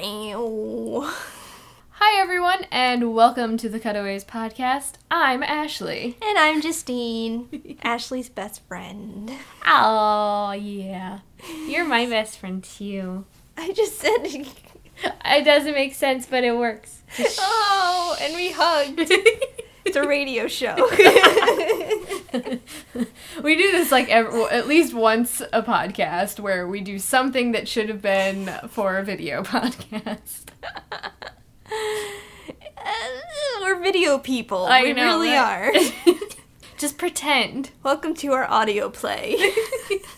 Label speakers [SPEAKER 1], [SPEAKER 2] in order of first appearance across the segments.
[SPEAKER 1] And
[SPEAKER 2] Hi, everyone, and welcome to the Cutaways Podcast. I'm Ashley.
[SPEAKER 1] I'm Justine, Ashley's best friend.
[SPEAKER 2] Oh, yeah. You're my best friend, too.
[SPEAKER 1] I just said,
[SPEAKER 2] It doesn't make sense, but it works.
[SPEAKER 1] oh, and we hugged. It's a radio show.
[SPEAKER 2] we do this like ev- well, at least once a podcast where we do something that should have been for a video podcast.
[SPEAKER 1] We're video people.
[SPEAKER 2] I
[SPEAKER 1] we
[SPEAKER 2] know,
[SPEAKER 1] really are.
[SPEAKER 2] right? Just pretend.
[SPEAKER 1] Welcome to our audio play.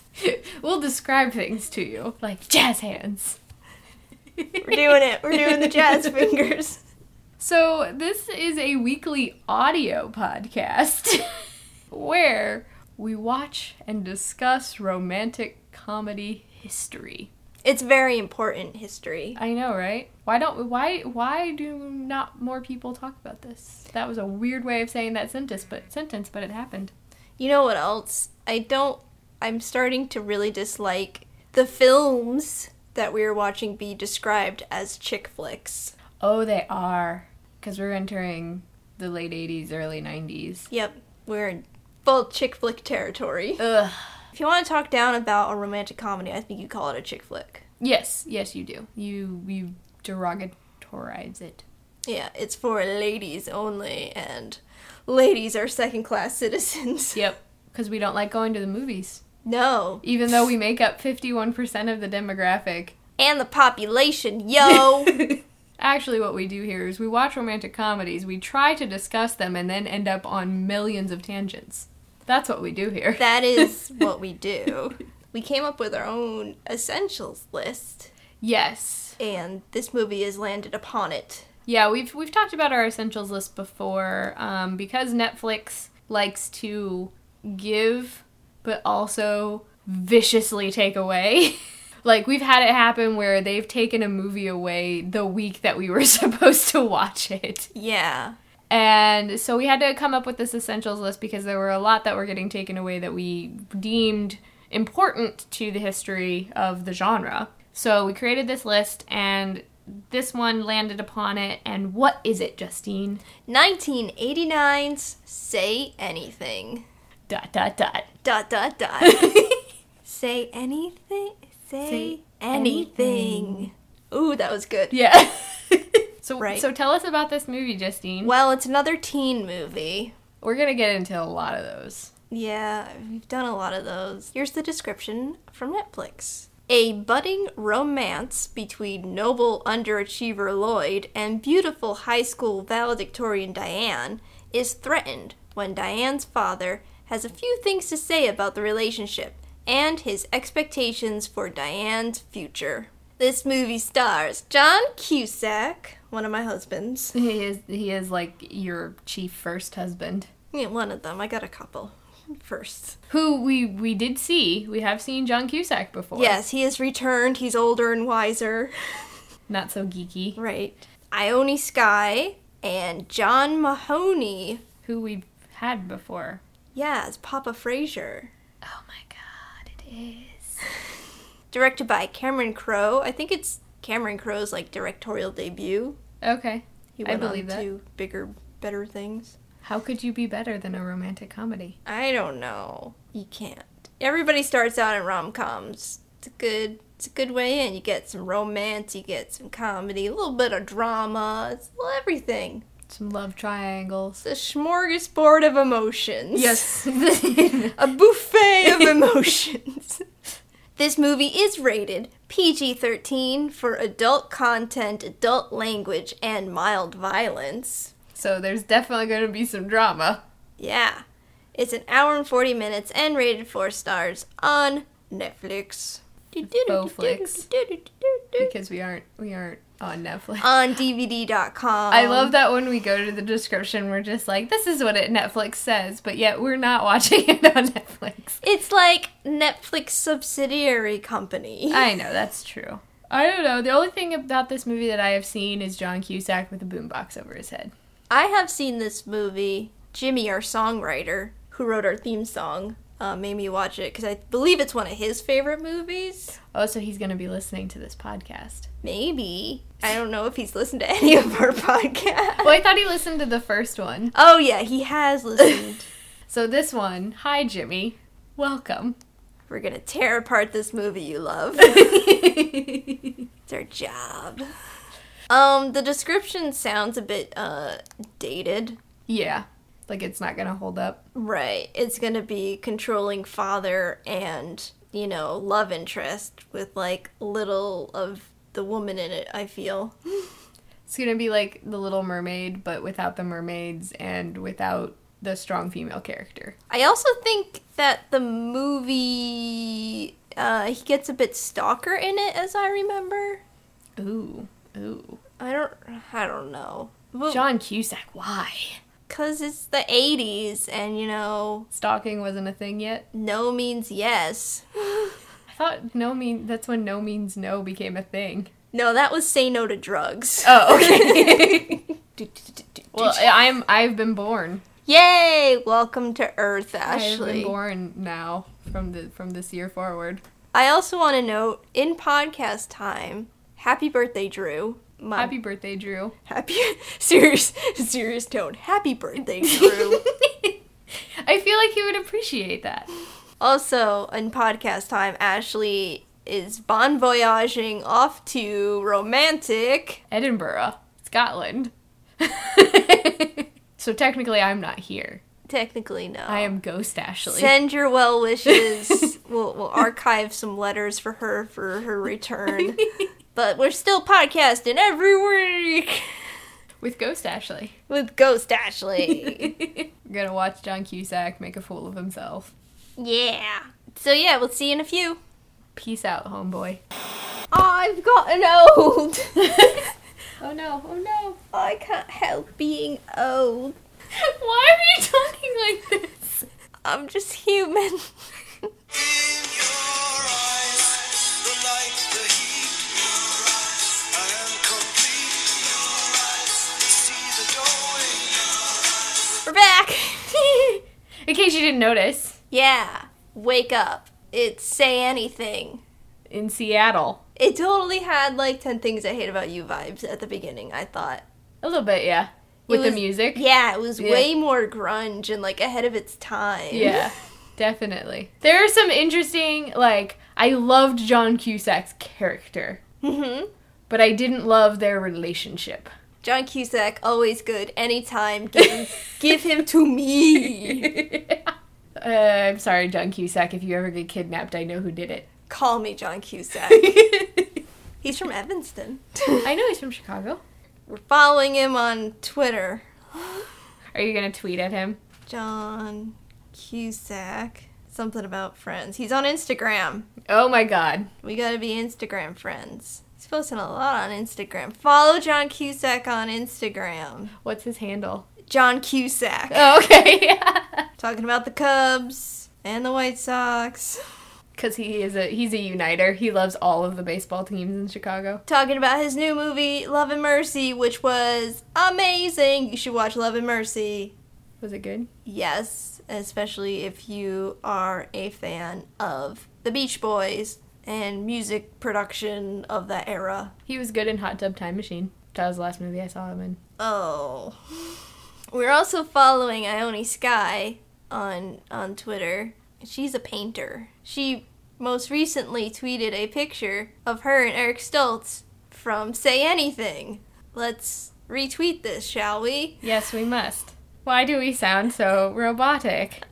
[SPEAKER 2] we'll describe things to you like jazz hands. We're
[SPEAKER 1] We're doing it. We're doing the jazz fingers.
[SPEAKER 2] So, this is a weekly audio podcast where we watch and discuss romantic comedy history.
[SPEAKER 1] It's very important history.
[SPEAKER 2] I know, right? Why don't why why do not more people talk about this? That was a weird way of saying that sentence, but sentence, but it happened.
[SPEAKER 1] You know what else? I don't. I'm starting to really dislike the films that we are watching be described as chick flicks.
[SPEAKER 2] Oh, they are cuz we're entering the late 80s, early 90s.
[SPEAKER 1] Yep, we're in full chick flick territory.
[SPEAKER 2] Ugh.
[SPEAKER 1] If you want to talk down about a romantic comedy, I think you call it a chick flick.
[SPEAKER 2] Yes, yes you do. You you derogatorize it.
[SPEAKER 1] Yeah, it's for ladies only, and ladies are second class citizens.
[SPEAKER 2] Yep, cuz we don't like going to the movies.
[SPEAKER 1] No.
[SPEAKER 2] even though we make up 51% of the demographic.
[SPEAKER 1] And the population, yo!
[SPEAKER 2] Actually, what we do here is we watch romantic comedies, we try to discuss them, and then end up on millions of tangents. That's what we do here.
[SPEAKER 1] that is what we do. We came up with our own essentials list.
[SPEAKER 2] yes.
[SPEAKER 1] and this movie has landed upon it.
[SPEAKER 2] Yeah, we've we've talked about our essentials list before um, because Netflix likes to give, but also viciously take away. like we've had it happen where they've taken a movie away the week that we were supposed to watch it.
[SPEAKER 1] Yeah.
[SPEAKER 2] And so we had to come up with this essentials list because there were a lot that were getting taken away that we deemed important to the history of the genre. So we created this list and this one landed upon it. And what is it, Justine?
[SPEAKER 1] 1989's Say Anything.
[SPEAKER 2] Dot, dot, dot.
[SPEAKER 1] Dot, dot, dot. Say anything. Say,
[SPEAKER 2] Say
[SPEAKER 1] anything. Ooh, that was good.
[SPEAKER 2] Yeah. so,
[SPEAKER 1] Right.
[SPEAKER 2] so tell us about this movie, Justine.
[SPEAKER 1] Well, it's another teen movie.
[SPEAKER 2] We're going to get into a lot of those.
[SPEAKER 1] Yeah, we've done a lot of those. Here's the description from Netflix. A budding romance between noble underachiever Lloyd and beautiful high school valedictorian Diane is threatened when Diane's father has a few things to say about the relationship and his expectations for Diane's future. This movie stars John Cusack, one of my husbands.
[SPEAKER 2] He is, he is like your chief first husband.
[SPEAKER 1] Yeah, one of them. I got a couple first.
[SPEAKER 2] Who we, we did see. We have seen John Cusack before.
[SPEAKER 1] Yes, he has returned. He's older and wiser.
[SPEAKER 2] Not so geeky.
[SPEAKER 1] Right. Ione Sky and John Mahoney.
[SPEAKER 2] who we've had before.
[SPEAKER 1] Yes, Papa Frazier.
[SPEAKER 2] Oh my god, it is.
[SPEAKER 1] Directed by Cameron Crowe. I think it's Cameron Crowe's like directorial debut.
[SPEAKER 2] Okay.
[SPEAKER 1] He
[SPEAKER 2] I
[SPEAKER 1] went
[SPEAKER 2] believe
[SPEAKER 1] on
[SPEAKER 2] that.
[SPEAKER 1] to bigger, better things.
[SPEAKER 2] How could you be better than a romantic comedy?
[SPEAKER 1] I don't know. You can't. Everybody starts out in rom coms. It's a good it's a good way in. You get some romance, you get some comedy, a little bit of drama, it's a little everything.
[SPEAKER 2] Some love triangles.
[SPEAKER 1] It's a smorgasbord of emotions.
[SPEAKER 2] I
[SPEAKER 1] a buffet of emotions. this movie is rated PG 13 for adult content, adult language, and mild violence.
[SPEAKER 2] so there's definitely going to be some drama.
[SPEAKER 1] Yeah. It's an hour and 40 minutes and rated 4 stars on Netflix.
[SPEAKER 2] Bowflix. Because we aren't we aren't on Netflix.
[SPEAKER 1] On DVD.com.
[SPEAKER 2] I love that when we go to the description we're just like this is what it Netflix says, but yet we're not watching it on Netflix.
[SPEAKER 1] It's like Netflix subsidiary company.
[SPEAKER 2] I know that's true. I don't know. The only thing about this movie that I have seen is John Cusack with a boombox over his head.
[SPEAKER 1] I have seen this movie. Jimmy, our songwriter, who wrote our theme song, uh, made me watch it because I believe it's one of his favorite movies.
[SPEAKER 2] Oh, so he's going to be listening to this podcast.
[SPEAKER 1] Maybe. I don't know if he's listened to any of our podcasts.
[SPEAKER 2] Well, I thought he listened to the first one.
[SPEAKER 1] Oh, yeah, he has listened.
[SPEAKER 2] So this one, hi Jimmy. Welcome.
[SPEAKER 1] We're going to tear apart this movie you love. it's our job. Um, the description sounds a bit uh, dated.
[SPEAKER 2] yeah. Like it's not going to hold up.
[SPEAKER 1] Right. It's going to be controlling father and, you know, love interest with like little of the woman in it, I feel.
[SPEAKER 2] It's going to be like The Little Mermaid but without the mermaids and without the strong female character.
[SPEAKER 1] I also think that the movie uh, he gets a bit stalker in it, as I remember.
[SPEAKER 2] Ooh. Ooh.
[SPEAKER 1] I don't, I don't know,
[SPEAKER 2] Oh. John Cusack, why?
[SPEAKER 1] because it's the '80s, and you know,
[SPEAKER 2] Stalking wasn't a thing yet.
[SPEAKER 1] no means yes.
[SPEAKER 2] I thought no mean that's when no means no became a thing.
[SPEAKER 1] No, that was say no to drugs.
[SPEAKER 2] Oh, okay. well, I'm I've been born.
[SPEAKER 1] Yay! Welcome to Earth,
[SPEAKER 2] I've been
[SPEAKER 1] Ashley.
[SPEAKER 2] born now from the from this year forward.
[SPEAKER 1] I also want to note in podcast time, happy birthday, Drew. My
[SPEAKER 2] Happy birthday, Drew.
[SPEAKER 1] happy serious serious tone. Happy birthday, Drew.
[SPEAKER 2] I feel like he would appreciate that.
[SPEAKER 1] Also, in podcast time, Ashley is bon voyaging off to romantic.
[SPEAKER 2] Edinburgh, Scotland. so technically I'm not here.
[SPEAKER 1] Technically, no.
[SPEAKER 2] I am ghost Ashley.
[SPEAKER 1] Send your well wishes. we'll, we'll archive some letters for her for her return. but we're still podcasting every week
[SPEAKER 2] With ghost Ashley.
[SPEAKER 1] with Ghost Ashley.
[SPEAKER 2] We're gonna watch John Cusack make a fool of himself.
[SPEAKER 1] yeah. So, yeah, we'll see you in a few.
[SPEAKER 2] Peace out, homeboy.
[SPEAKER 1] I've gotten old.
[SPEAKER 2] Oh no, oh no.
[SPEAKER 1] I can't help being old.
[SPEAKER 2] Why are you talking like this?
[SPEAKER 1] I'm just human.
[SPEAKER 3] In your eyes, the light, the heat, I am complete. See the doorway.
[SPEAKER 1] We're back.
[SPEAKER 2] In case you didn't notice,
[SPEAKER 1] yeah. Wake up. It's say anything.
[SPEAKER 2] in Seattle.
[SPEAKER 1] It totally had like 10 things I hate about you vibes at the beginning, I thought.
[SPEAKER 2] A little bit, yeah. With
[SPEAKER 1] It
[SPEAKER 2] the
[SPEAKER 1] was-
[SPEAKER 2] music.
[SPEAKER 1] Yeah, it was
[SPEAKER 2] Yeah.
[SPEAKER 1] way more grunge and like ahead of its time.
[SPEAKER 2] Yeah, definitely. There are some interesting, like, I loved John Cusack's character,
[SPEAKER 1] hmm
[SPEAKER 2] but I didn't love their relationship.
[SPEAKER 1] John Cusack, always good, anytime. Give, give him to me.
[SPEAKER 2] Uh, I'm sorry, John Cusack, if you ever get kidnapped, I know who did it.
[SPEAKER 1] Call me John Cusack. He's from Evanston.
[SPEAKER 2] I know he's from Chicago.
[SPEAKER 1] We're following him on Twitter.
[SPEAKER 2] Are you gonna tweet at him?
[SPEAKER 1] John Cusack. Something about friends. He's on Instagram.
[SPEAKER 2] Oh my god.
[SPEAKER 1] We gotta be Instagram friends. He's posting a lot on Instagram. Follow John Cusack on Instagram.
[SPEAKER 2] What's his handle?
[SPEAKER 1] John Cusack.
[SPEAKER 2] Oh, okay.
[SPEAKER 1] Talking about the Cubs and the White Sox.
[SPEAKER 2] Cause he is a he's a uniter. He loves all of the baseball teams in Chicago.
[SPEAKER 1] Talking about his new movie, Love and Mercy, which was amazing. You should watch Love and Mercy.
[SPEAKER 2] Was it good?
[SPEAKER 1] Yes, especially if you are a fan of the Beach Boys and music production of that era.
[SPEAKER 2] He was good in Hot Tub Time Machine. That was the last movie I saw him in.
[SPEAKER 1] Oh. We're also following Ione Sky on on Twitter. She's a painter. She most recently tweeted a picture of her and Eric Stoltz from Say Anything. Let's retweet this, shall we?
[SPEAKER 2] Yes, we must. Why do we sound so robotic?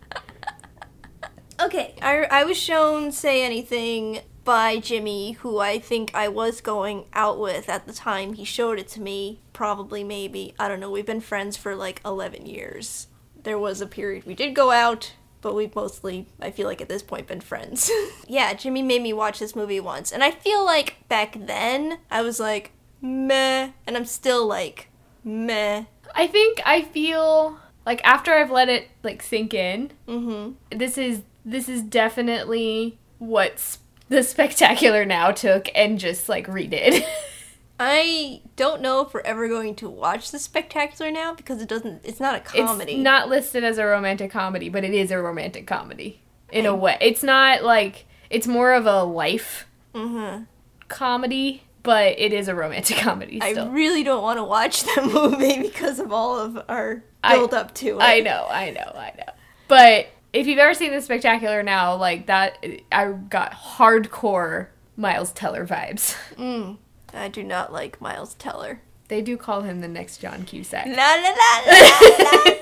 [SPEAKER 1] Okay, I, I was shown Say Anything by Jimmy, who I think I was going out with at the time he showed it to me. Probably, maybe. I don't know. We've been friends for like 11 years. There was a period we did go out, but we've mostly, I feel like at this point, been friends. yeah, Jimmy made me watch this movie once, and I feel like back then I was like, meh, and I'm still like, meh.
[SPEAKER 2] I think I feel like after I've let it like sink in,
[SPEAKER 1] Mm
[SPEAKER 2] this is this is definitely what s- the spectacular now took and just like redid.
[SPEAKER 1] I don't know if we're ever going to watch The Spectacular now because it doesn't. It's not a comedy.
[SPEAKER 2] It's not listed as a romantic comedy, but it is a romantic comedy. in a way. It's not like it's more of a life
[SPEAKER 1] Mhm.
[SPEAKER 2] comedy, but it is a romantic comedy
[SPEAKER 1] I
[SPEAKER 2] still. I,
[SPEAKER 1] really don't want to watch that movie because of all of our
[SPEAKER 2] I-
[SPEAKER 1] build up to it.
[SPEAKER 2] know, I know, I know. But if you've ever seen the spectacular now, like that I got hardcore Miles Teller vibes.
[SPEAKER 1] Mm. I do not like Miles Teller.
[SPEAKER 2] They do call him the next John Cusack.
[SPEAKER 1] La la la la la la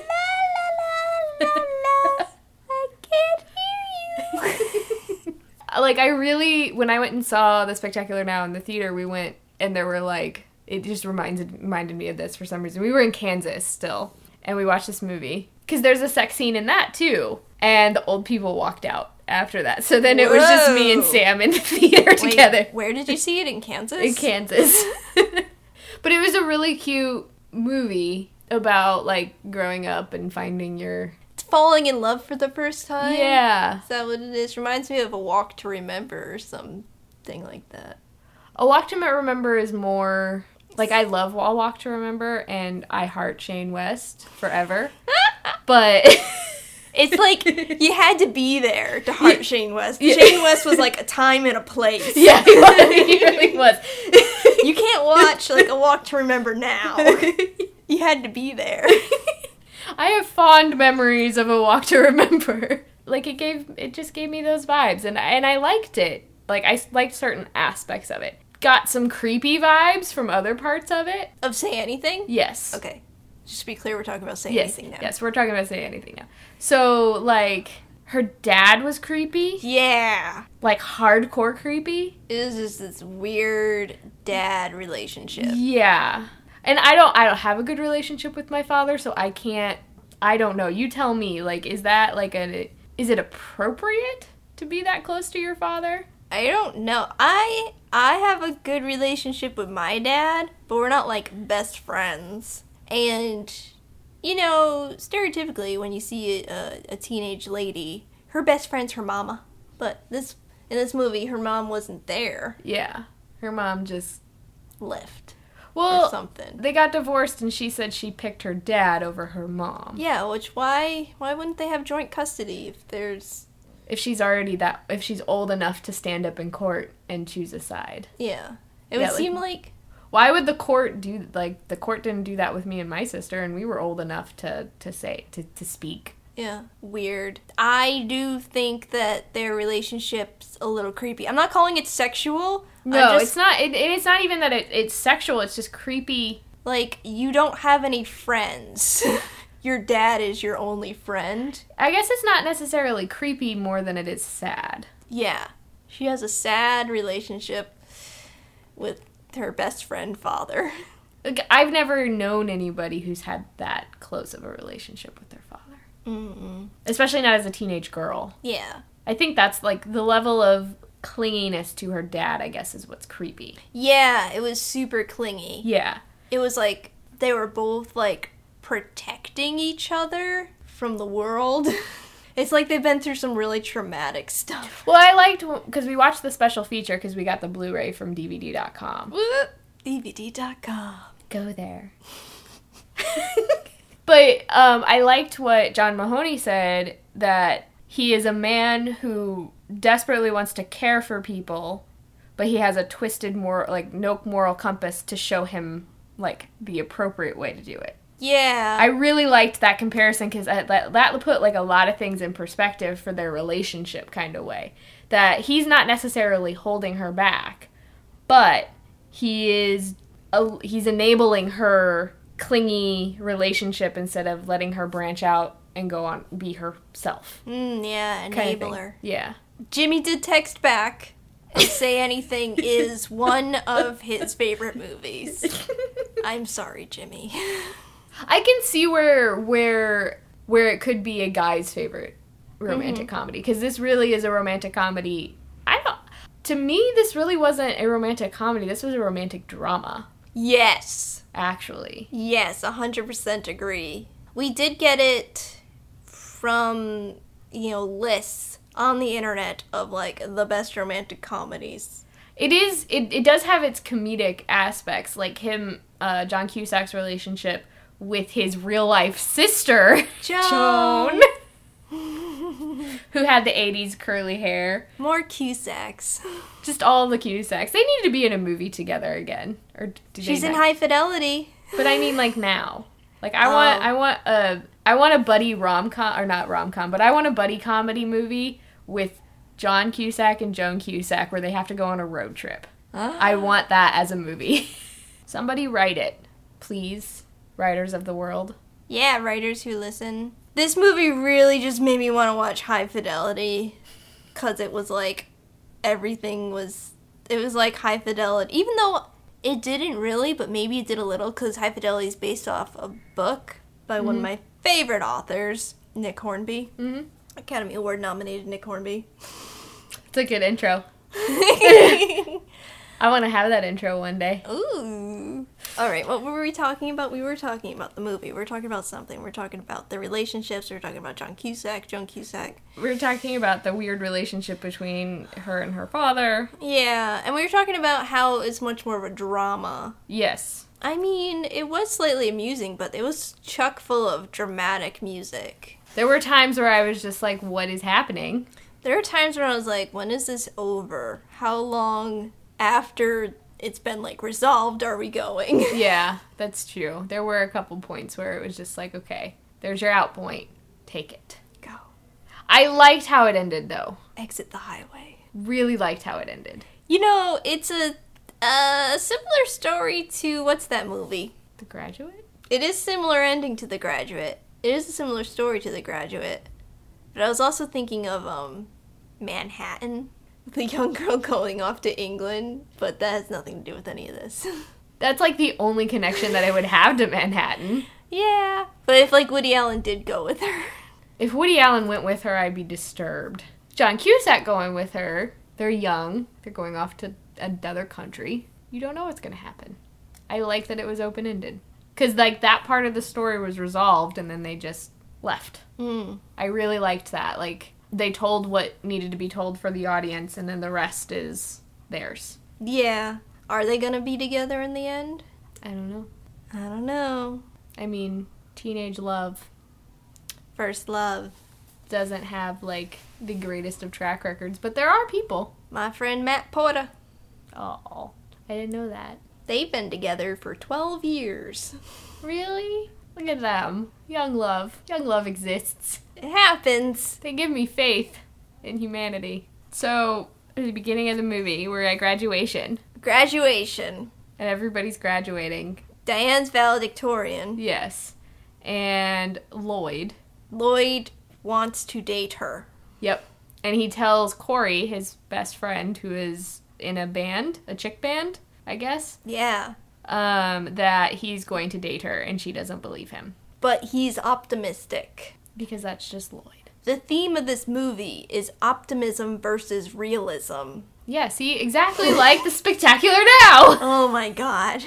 [SPEAKER 1] la la la. I can't hear you.
[SPEAKER 2] like I really when I went and saw The Spectacular Now in the theater, we went and there were like it just reminded reminded me of this for some reason. We were in Kansas still and we watched this movie cuz there's a sex scene in that too. And the old people walked out after that. So then it was just me and
[SPEAKER 1] Whoa.
[SPEAKER 2] Sam in the theater
[SPEAKER 1] Wait,
[SPEAKER 2] together
[SPEAKER 1] Where did you see it in Kansas?
[SPEAKER 2] in Kansas. but it was a really cute movie about like growing up and finding your
[SPEAKER 1] It's falling in love for the first time.
[SPEAKER 2] yeah.
[SPEAKER 1] Is that what it is? Reminds me of a walk to remember or something like that.
[SPEAKER 2] A Walk to Remember is more like I love A Walk to Remember and I heart Shane West forever. but
[SPEAKER 1] It's like you had to be there to heart Shane West.
[SPEAKER 2] Yeah.
[SPEAKER 1] Shane West was like a time and a place.
[SPEAKER 2] yeah, he, was, he really was.
[SPEAKER 1] You can't watch like a walk to remember now.
[SPEAKER 2] Oh.
[SPEAKER 1] You had to be there.
[SPEAKER 2] I have fond memories of A Walk to Remember. Like it gave it just gave me those vibes and and I liked it. Like I s- liked certain aspects of it. Got some creepy vibes from other parts of it.
[SPEAKER 1] Of say anything?
[SPEAKER 2] Yes.
[SPEAKER 1] Okay. Just to be clear, we're talking about say
[SPEAKER 2] Yes.
[SPEAKER 1] anything now.
[SPEAKER 2] Yes, we're talking about say anything now. So like her dad was creepy.
[SPEAKER 1] Yeah.
[SPEAKER 2] like hardcore creepy.
[SPEAKER 1] It was just this weird dad relationship.
[SPEAKER 2] Yeah. And I don't I don't have a good relationship with my father, so I can't I don't know. You tell me, like is that like a is it appropriate to be that close to your father?
[SPEAKER 1] I don't know. I I have a good relationship with my dad, but we're not like best friends. And you know, stereotypically, when you see a, a teenage lady, her best friend's her mama. But this in this movie, her mom wasn't there,
[SPEAKER 2] Yeah. Her mom just
[SPEAKER 1] left or
[SPEAKER 2] well
[SPEAKER 1] something.
[SPEAKER 2] they got divorced and she said she picked her dad over her mom.
[SPEAKER 1] Yeah, which why why wouldn't they have joint custody if there's
[SPEAKER 2] If she's already that if she's old enough to stand up in court and choose a side.
[SPEAKER 1] yeah? It
[SPEAKER 2] Yeah,
[SPEAKER 1] would
[SPEAKER 2] like-
[SPEAKER 1] seem like
[SPEAKER 2] Why would the court do like the court didn't do that with me and my sister and we were old enough to to say to, to speak.
[SPEAKER 1] Yeah, weird. I do think that their relationship's a little creepy. I'm not calling it sexual.
[SPEAKER 2] No,
[SPEAKER 1] I'm just
[SPEAKER 2] it's not. It, it's not even that it, it's sexual. It's just creepy.
[SPEAKER 1] like you don't have any friends. your dad is your only friend.
[SPEAKER 2] I guess it's not necessarily creepy more than it is sad.
[SPEAKER 1] Yeah. She has a sad relationship with her best friend father.
[SPEAKER 2] Like, I've never known anybody who's had that close of a relationship with their father,
[SPEAKER 1] Mm-mm.
[SPEAKER 2] especially not as a teenage girl.
[SPEAKER 1] Yeah.
[SPEAKER 2] I think that's like the level of clinginess to her dad. I guess is what's creepy.
[SPEAKER 1] Yeah, it was super clingy.
[SPEAKER 2] Yeah,
[SPEAKER 1] it was like they were both like protecting each other from the world. it's like they've been through some really traumatic stuff.
[SPEAKER 2] Well, I liked because we watched the special feature because we got the Blu-ray from DVD.com.
[SPEAKER 1] E DVD.com.
[SPEAKER 2] Go there. but um, I liked what John Mahoney said that he is a man who desperately wants to care for people, but he has a twisted moral, like no moral compass to show him like the appropriate way to do it. I
[SPEAKER 1] Yeah.
[SPEAKER 2] really liked that comparison because that, that put like a lot of things in perspective for their relationship kind of way. That he's not necessarily holding her back, but he is a, he's enabling her clingy relationship instead of letting her branch out and go on be herself.
[SPEAKER 1] mm, yeah,
[SPEAKER 2] kind of thing.
[SPEAKER 1] enabler.
[SPEAKER 2] Yeah.
[SPEAKER 1] Jimmy did text back and say anything is one of his favorite movies. I'm sorry, Jimmy.
[SPEAKER 2] I can see where where where it could be a guy's favorite romantic
[SPEAKER 1] Mm-hmm.
[SPEAKER 2] comedy because this really is a romantic comedy. I don't. To me, this really wasn't a romantic comedy. This was a romantic drama,
[SPEAKER 1] yes.
[SPEAKER 2] actually.
[SPEAKER 1] Yes, 100% agree. We did get it from, you know, lists on the internet of like the best romantic comedies.
[SPEAKER 2] It is. It, it does have its comedic aspects, like him, uh, John Cusack's relationship with his real life sister,
[SPEAKER 1] Joan.
[SPEAKER 2] Joan, who had the 80s curly hair.
[SPEAKER 1] More Cusacks.
[SPEAKER 2] Just all the Cusacks. They need to be in a movie together again. Or do
[SPEAKER 1] She's
[SPEAKER 2] they
[SPEAKER 1] in
[SPEAKER 2] not?
[SPEAKER 1] high fidelity.
[SPEAKER 2] But I mean, like now. Like I want,
[SPEAKER 1] Oh.
[SPEAKER 2] I want a, I want a buddy rom com or not rom com, but I want a buddy comedy movie with John Cusack and Joan Cusack where they have to go on a road trip. I want that as a movie. Somebody write it, please, writers of the world.
[SPEAKER 1] Yeah, writers who listen. This movie really just made me want to watch High Fidelity because it was like everything was. It was like High Fidelity. Even though it didn't really, but maybe it did a little because High Fidelity is based off a book by one of my favorite authors, Nick Hornby.
[SPEAKER 2] Mhm.
[SPEAKER 1] Academy Award nominated Nick Hornby.
[SPEAKER 2] It's a good intro. I want to have that intro one day.
[SPEAKER 1] Ooh. All right, what were we talking about? We were talking about the movie. We are talking about something. We are talking about the relationships. We are talking about John Cusack, Joan Cusack.
[SPEAKER 2] We were talking about the weird relationship between her and her father.
[SPEAKER 1] Yeah, and we were talking about how it's much more of a drama.
[SPEAKER 2] Yes.
[SPEAKER 1] I mean, it was slightly amusing, but it was chock full of dramatic music.
[SPEAKER 2] There were times where I was just like, what is happening?
[SPEAKER 1] There are times when I was like, when is this over? How long after it's been like resolved are we going?
[SPEAKER 2] Yeah, that's true. There were a couple points where it was just like, okay, there's your out point. Take it.
[SPEAKER 1] Go.
[SPEAKER 2] I liked how it ended, though.
[SPEAKER 1] Exit the highway.
[SPEAKER 2] Really liked how it ended.
[SPEAKER 1] You know, it's a a similar story to what's that movie?
[SPEAKER 2] The graduate?
[SPEAKER 1] It is similar ending to The Graduate. It is a similar story to The Graduate. But I was also thinking of um Manhattan, the young girl going off to England, but that has nothing to do with any of this.
[SPEAKER 2] That's like the only connection that I would have to Manhattan.
[SPEAKER 1] yeah, but if like Woody Allen did go with her.
[SPEAKER 2] If Woody Allen went with her, I'd be disturbed. John Cusack going with her. They're young. They're going off to another country. You don't know what's going to happen. I like that it was open ended. Because, like, that part of the story was resolved and then they just left.
[SPEAKER 1] Mm.
[SPEAKER 2] I really liked that. Like, they told what needed to be told for the audience and then the rest is theirs.
[SPEAKER 1] Yeah. Are they going to be together in the end?
[SPEAKER 2] I don't know.
[SPEAKER 1] I don't know.
[SPEAKER 2] I mean, teenage love
[SPEAKER 1] First love.
[SPEAKER 2] doesn't have, like, the greatest of track records, but there are people.
[SPEAKER 1] My friend Matt Porter.
[SPEAKER 2] Oh, I didn't know that.
[SPEAKER 1] They've been together for 12 years.
[SPEAKER 2] Really? Look at them. Young love. Young love exists.
[SPEAKER 1] It happens.
[SPEAKER 2] They give me faith in humanity. So, at the beginning of the movie, we're at graduation,
[SPEAKER 1] Graduation.
[SPEAKER 2] and everybody's graduating.
[SPEAKER 1] Diane's valedictorian.
[SPEAKER 2] Yes. And Lloyd.
[SPEAKER 1] Lloyd wants to date her.
[SPEAKER 2] Yep. And he tells Corey, his best friend, who is in a band, a chick band, I guess,
[SPEAKER 1] Yeah.
[SPEAKER 2] um, that he's going to date her, and she doesn't believe him.
[SPEAKER 1] But he's optimistic.
[SPEAKER 2] Because that's just Lloyd.
[SPEAKER 1] The theme of this movie is optimism versus realism.
[SPEAKER 2] Yeah, see, exactly like the spectacular now!
[SPEAKER 1] Oh my god.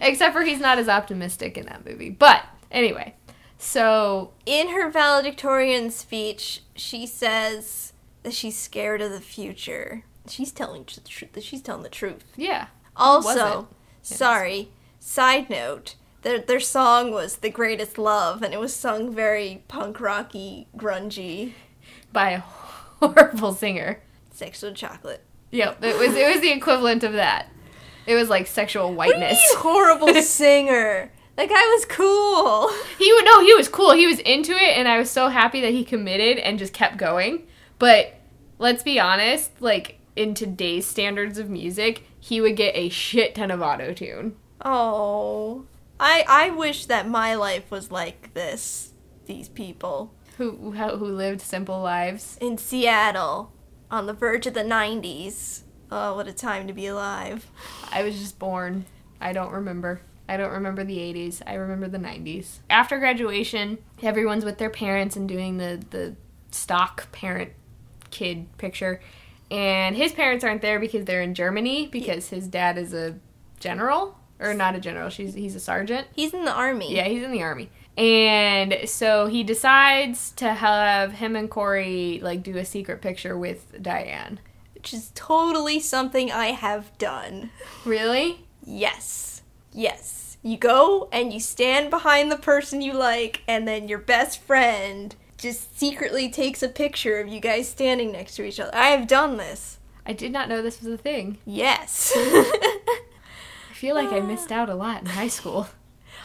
[SPEAKER 2] Except for he's not as optimistic in that movie. But anyway, so
[SPEAKER 1] In her valedictorian speech, she says that she's scared of the future. She's telling the truth. She's telling the truth.
[SPEAKER 2] yeah,
[SPEAKER 1] Also, sorry, side note, their, their song was The Greatest Love, and it was sung very punk rocky, grungy,
[SPEAKER 2] by a horrible singer.
[SPEAKER 1] sexual chocolate.
[SPEAKER 2] Yep, it was it was the equivalent of that. It was like sexual
[SPEAKER 1] What
[SPEAKER 2] whiteness.
[SPEAKER 1] do you mean, horrible singer? That guy was cool.
[SPEAKER 2] He would no, he was cool. He was into it, and I was so happy that he committed and just kept going. But let's be honest, like in today's standards of music, he would get a shit ton of auto tune.
[SPEAKER 1] Oh, I I wish that my life was like this. These people
[SPEAKER 2] Who who who lived simple lives?
[SPEAKER 1] in Seattle, on the verge of the '90s. Oh, what a time to be alive.
[SPEAKER 2] I was just born. I don't remember. I don't remember the 80s. I remember the 90s. After graduation, everyone's with their parents and doing the, the stock parent kid picture. And his parents aren't there because they're in Germany because his dad is a general or not a general. She's he's a sergeant.
[SPEAKER 1] He's in the army.
[SPEAKER 2] Yeah, he's in the army. And so he decides to have him and Corey like do a secret picture with Diane.
[SPEAKER 1] which is totally something I have done.
[SPEAKER 2] Really?
[SPEAKER 1] Yes, yes. You go and you stand behind the person you like, and then your best friend just secretly takes a picture of you guys standing next to each other. I have done this.
[SPEAKER 2] I did not know this was a thing.
[SPEAKER 1] Yes.
[SPEAKER 2] I feel like I missed out a lot in high school.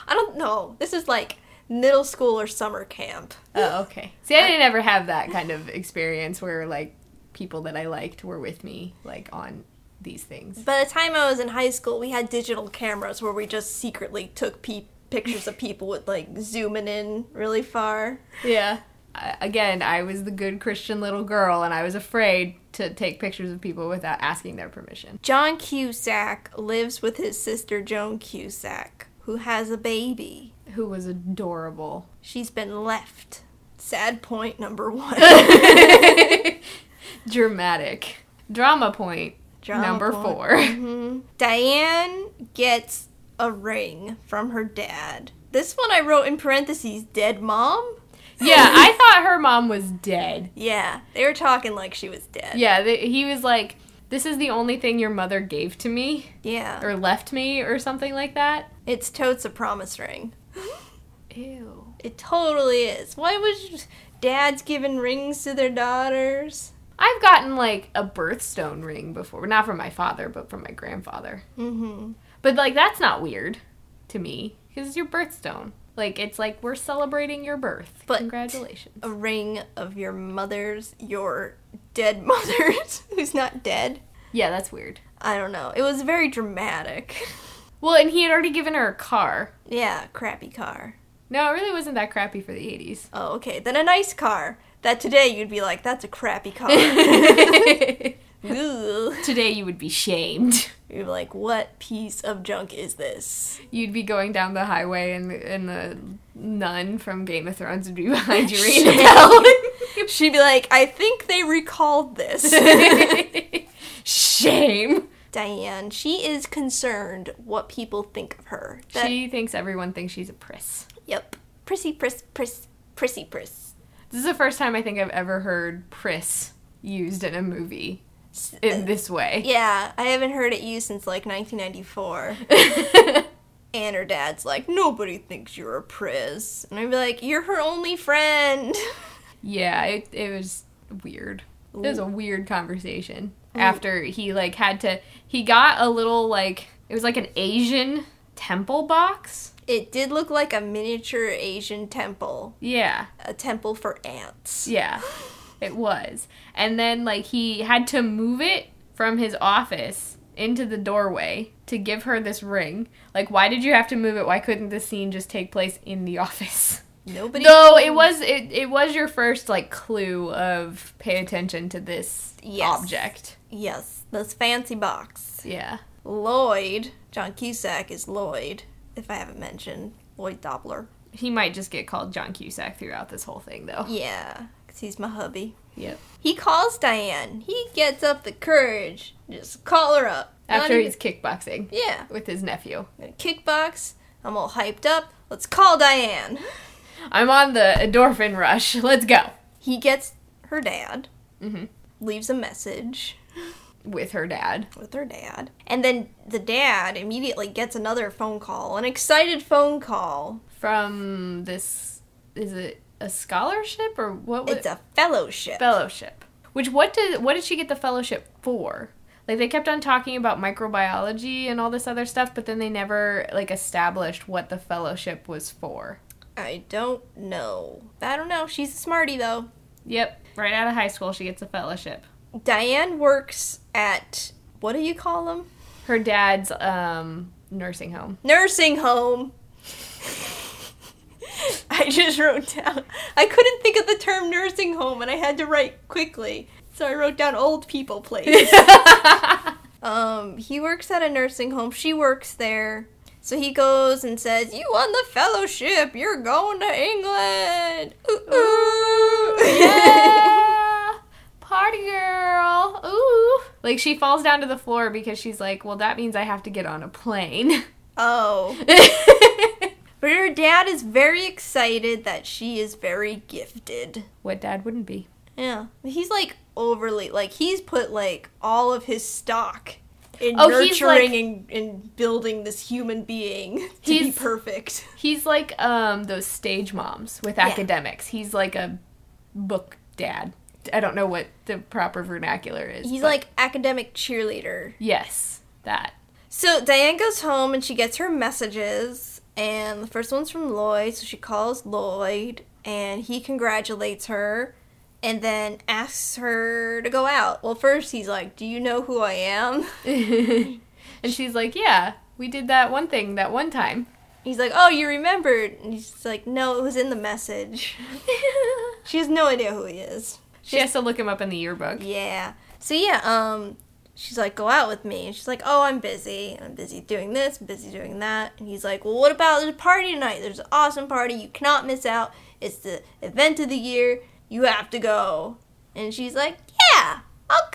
[SPEAKER 1] I don't know. This is like middle school or summer camp.
[SPEAKER 2] Oh, okay. See, I didn't ever have that kind of experience where like people that I liked were with me like on these things.
[SPEAKER 1] By the time I was in high school, we had digital cameras where we just secretly took pe- pictures of people with like zooming in really far.
[SPEAKER 2] Yeah. I, again, I was the good Christian little girl, and I was afraid to take pictures of people without asking their permission.
[SPEAKER 1] John Cusack lives with his sister Joan Cusack, who has a baby.
[SPEAKER 2] Who was adorable.
[SPEAKER 1] She's been left. Sad point number one.
[SPEAKER 2] Dramatic. Drama point
[SPEAKER 1] Drama
[SPEAKER 2] number
[SPEAKER 1] point. Mm-hmm.
[SPEAKER 2] four.
[SPEAKER 1] Diane gets a ring from her dad. This one I wrote in parentheses, dead mom?
[SPEAKER 2] yeah, I thought her mom was dead.
[SPEAKER 1] Yeah, they were talking like she was dead.
[SPEAKER 2] Yeah, they, he was like, This is the only thing your mother gave to me,
[SPEAKER 1] Yeah.
[SPEAKER 2] or left me, or something like that.
[SPEAKER 1] It's totes a promise ring.
[SPEAKER 2] Ew.
[SPEAKER 1] It totally is. Why would dads giving rings to their daughters?
[SPEAKER 2] I've gotten like a birthstone ring before, not from my father, but from my grandfather.
[SPEAKER 1] Mm-hmm.
[SPEAKER 2] But like that's not weird to me because it's your birthstone. Like it's like we're celebrating your birth.
[SPEAKER 1] But- oh.
[SPEAKER 2] Congratulations.
[SPEAKER 1] A ring of your mother's, your dead mother's, who's not dead.
[SPEAKER 2] Yeah, that's weird.
[SPEAKER 1] I don't know. It was very dramatic.
[SPEAKER 2] Well, and he had already given her a car.
[SPEAKER 1] yeah, crappy car.
[SPEAKER 2] No, it really wasn't that crappy for the 80s.
[SPEAKER 1] Oh, okay. Then a nice car. That today you'd be like, that's a crappy car. Ugh.
[SPEAKER 2] Today you would be shamed.
[SPEAKER 1] You're like, what piece of junk is this?
[SPEAKER 2] You'd be going down the highway and and the nun from Game of Thrones would be behind you ringing a bell.
[SPEAKER 1] She'd be like, I think they recalled this.
[SPEAKER 2] Shame.
[SPEAKER 1] Diane, she is concerned what people think of her. That-
[SPEAKER 2] She thinks everyone thinks she's a priss.
[SPEAKER 1] yep. Prissy, priss, priss, prissy, priss.
[SPEAKER 2] This is the first time I think I've ever heard Priss used in a movie
[SPEAKER 1] S-
[SPEAKER 2] in this way.
[SPEAKER 1] Yeah, I haven't heard it used since like 1994. and her dad's like, nobody thinks you're a priss. And I'd be like, you're her only friend.
[SPEAKER 2] yeah, it, it was weird. It was a weird conversation. After he like had to, he got a little like it was like an Asian temple box.
[SPEAKER 1] It did look like a miniature Asian temple,
[SPEAKER 2] Yeah,
[SPEAKER 1] a temple for ants.
[SPEAKER 2] yeah, it was. And then like he had to move it from his office into the doorway to give her this ring. Like, why did you have to move it? Why couldn't this scene just take place in the office?
[SPEAKER 1] Nobody.
[SPEAKER 2] No, it was it, it was your first like clue of pay attention to this
[SPEAKER 1] Yes.
[SPEAKER 2] object.
[SPEAKER 1] Yes, this fancy box.
[SPEAKER 2] Yeah.
[SPEAKER 1] Lloyd, John Cusack is Lloyd, if I haven't mentioned. Lloyd Doppler.
[SPEAKER 2] He might just get called John Cusack throughout this whole thing though.
[SPEAKER 1] Yeah, 'cause he's my hubby.
[SPEAKER 2] Yep.
[SPEAKER 1] He calls Diane. He gets up the courage. Just call her up.
[SPEAKER 2] After
[SPEAKER 1] Not
[SPEAKER 2] he's kickboxing
[SPEAKER 1] even- Yeah.
[SPEAKER 2] with his nephew.
[SPEAKER 1] I'm gonna kickbox. I'm all hyped up. Let's call Diane.
[SPEAKER 2] I'm on the endorphin rush. Let's go.
[SPEAKER 1] He gets her dad,
[SPEAKER 2] Mhm.
[SPEAKER 1] leaves a message
[SPEAKER 2] With her dad.
[SPEAKER 1] with her dad, and then the dad immediately gets another phone call, an excited phone call.
[SPEAKER 2] From this is it a scholarship or what was
[SPEAKER 1] It's a fellowship.
[SPEAKER 2] fellowship? Which what did what did she get the fellowship for? Like they kept on talking about microbiology and all this other stuff, but then they never like established what the fellowship was for.
[SPEAKER 1] I don't know. I don't know. She's a smarty though.
[SPEAKER 2] Yep, right out of high school she gets a fellowship.
[SPEAKER 1] Diane works at what do you call them?
[SPEAKER 2] Her dad's um nursing home.
[SPEAKER 1] Nursing home. I just wrote down. I couldn't think of the term nursing home and I had to write quickly. So I wrote down old people place. um, he works at a nursing home. She works there. So he goes and says, "You won the fellowship. You're going to England." Ooh, ooh.
[SPEAKER 2] yeah! Party girl. Ooh. Like she falls down to the floor because she's like, "Well, that means I have to get on a plane."
[SPEAKER 1] Oh. But her dad is very excited that she is very gifted.
[SPEAKER 2] what dad wouldn't be?
[SPEAKER 1] Yeah. He's like overly like he's put like all of his stock in
[SPEAKER 2] Oh, he's,
[SPEAKER 1] nurturing
[SPEAKER 2] like-
[SPEAKER 1] and, and building this human being to be
[SPEAKER 2] He's-
[SPEAKER 1] perfect.
[SPEAKER 2] He's like um those stage moms with academics. He's like a book dad. I don't know what the proper vernacular is.
[SPEAKER 1] He's
[SPEAKER 2] but-
[SPEAKER 1] like academic cheerleader.
[SPEAKER 2] yes, that.
[SPEAKER 1] So Diane goes home and she gets her messages, and the first one's from Lloyd, so she calls Lloyd and he congratulates her and then asks her to go out. Well, first he's like, Do you know who I am?
[SPEAKER 2] and she's like, "Yeah, we did that one thing that one time."
[SPEAKER 1] He's like, Oh, you remembered. And he's like, No, it was in the message. she has no idea who he is.
[SPEAKER 2] she has to look him up in the yearbook.
[SPEAKER 1] Yeah. So yeah, um she's like, go out with me. And she's like, oh, I'm busy. I'm busy doing this, busy doing that. And he's like, well, what about the party tonight? There's an awesome party. You cannot miss out. It's the event of the year. You have to go. And she's like, yeah, I'll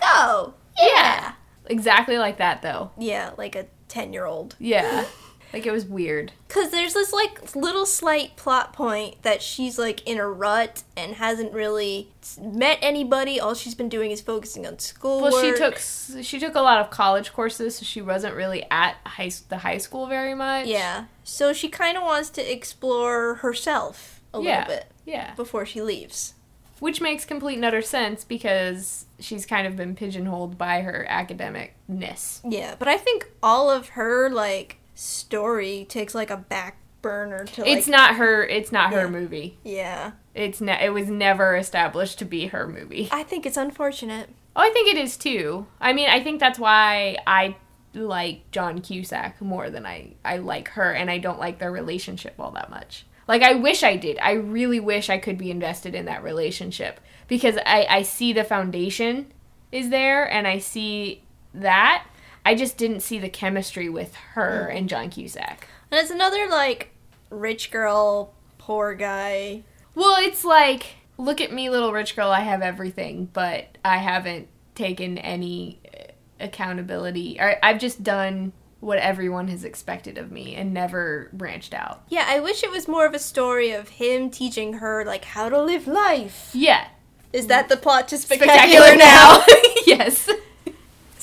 [SPEAKER 1] go. Yeah.
[SPEAKER 2] Exactly like that though.
[SPEAKER 1] Yeah, like a 10 year old.
[SPEAKER 2] Yeah. like it was weird.
[SPEAKER 1] Because there's this like little slight plot point that she's like in a rut and hasn't really s- met anybody. All she's been doing is focusing on school.
[SPEAKER 2] Well, she took s- she took a lot of college courses, so she wasn't really at high s- the high school very much.
[SPEAKER 1] Yeah. So she kind of wants to explore herself a
[SPEAKER 2] yeah.
[SPEAKER 1] little bit
[SPEAKER 2] Yeah.
[SPEAKER 1] before she leaves.
[SPEAKER 2] Which makes complete and utter sense because she's kind of been pigeonholed by her academicness.
[SPEAKER 1] Yeah, but I think all of her like story takes like a back burner to like
[SPEAKER 2] it's not her it's not her
[SPEAKER 1] Yeah.
[SPEAKER 2] movie.
[SPEAKER 1] Yeah.
[SPEAKER 2] It's ne- it was never established to be her movie.
[SPEAKER 1] I think it's unfortunate.
[SPEAKER 2] Oh, I think it is too. I mean, I think that's why I like John Cusack more than I I like her, and I don't like their relationship all that much. Like I wish I did. I really wish I could be invested in that relationship because I I see the foundation is there, and I see that. I just didn't see the chemistry with her and John Cusack.
[SPEAKER 1] And it's another like rich girl, poor guy.
[SPEAKER 2] Well, it's like, look at me, little rich girl, I have everything, but I haven't taken any uh, accountability. Or I've just done what everyone has expected of me and never branched out.
[SPEAKER 1] Yeah, I wish it was more of a story of him teaching her like how to live life.
[SPEAKER 2] Yeah.
[SPEAKER 1] Is that the plot to
[SPEAKER 2] Spectacular,
[SPEAKER 1] spectacular now?
[SPEAKER 2] yes.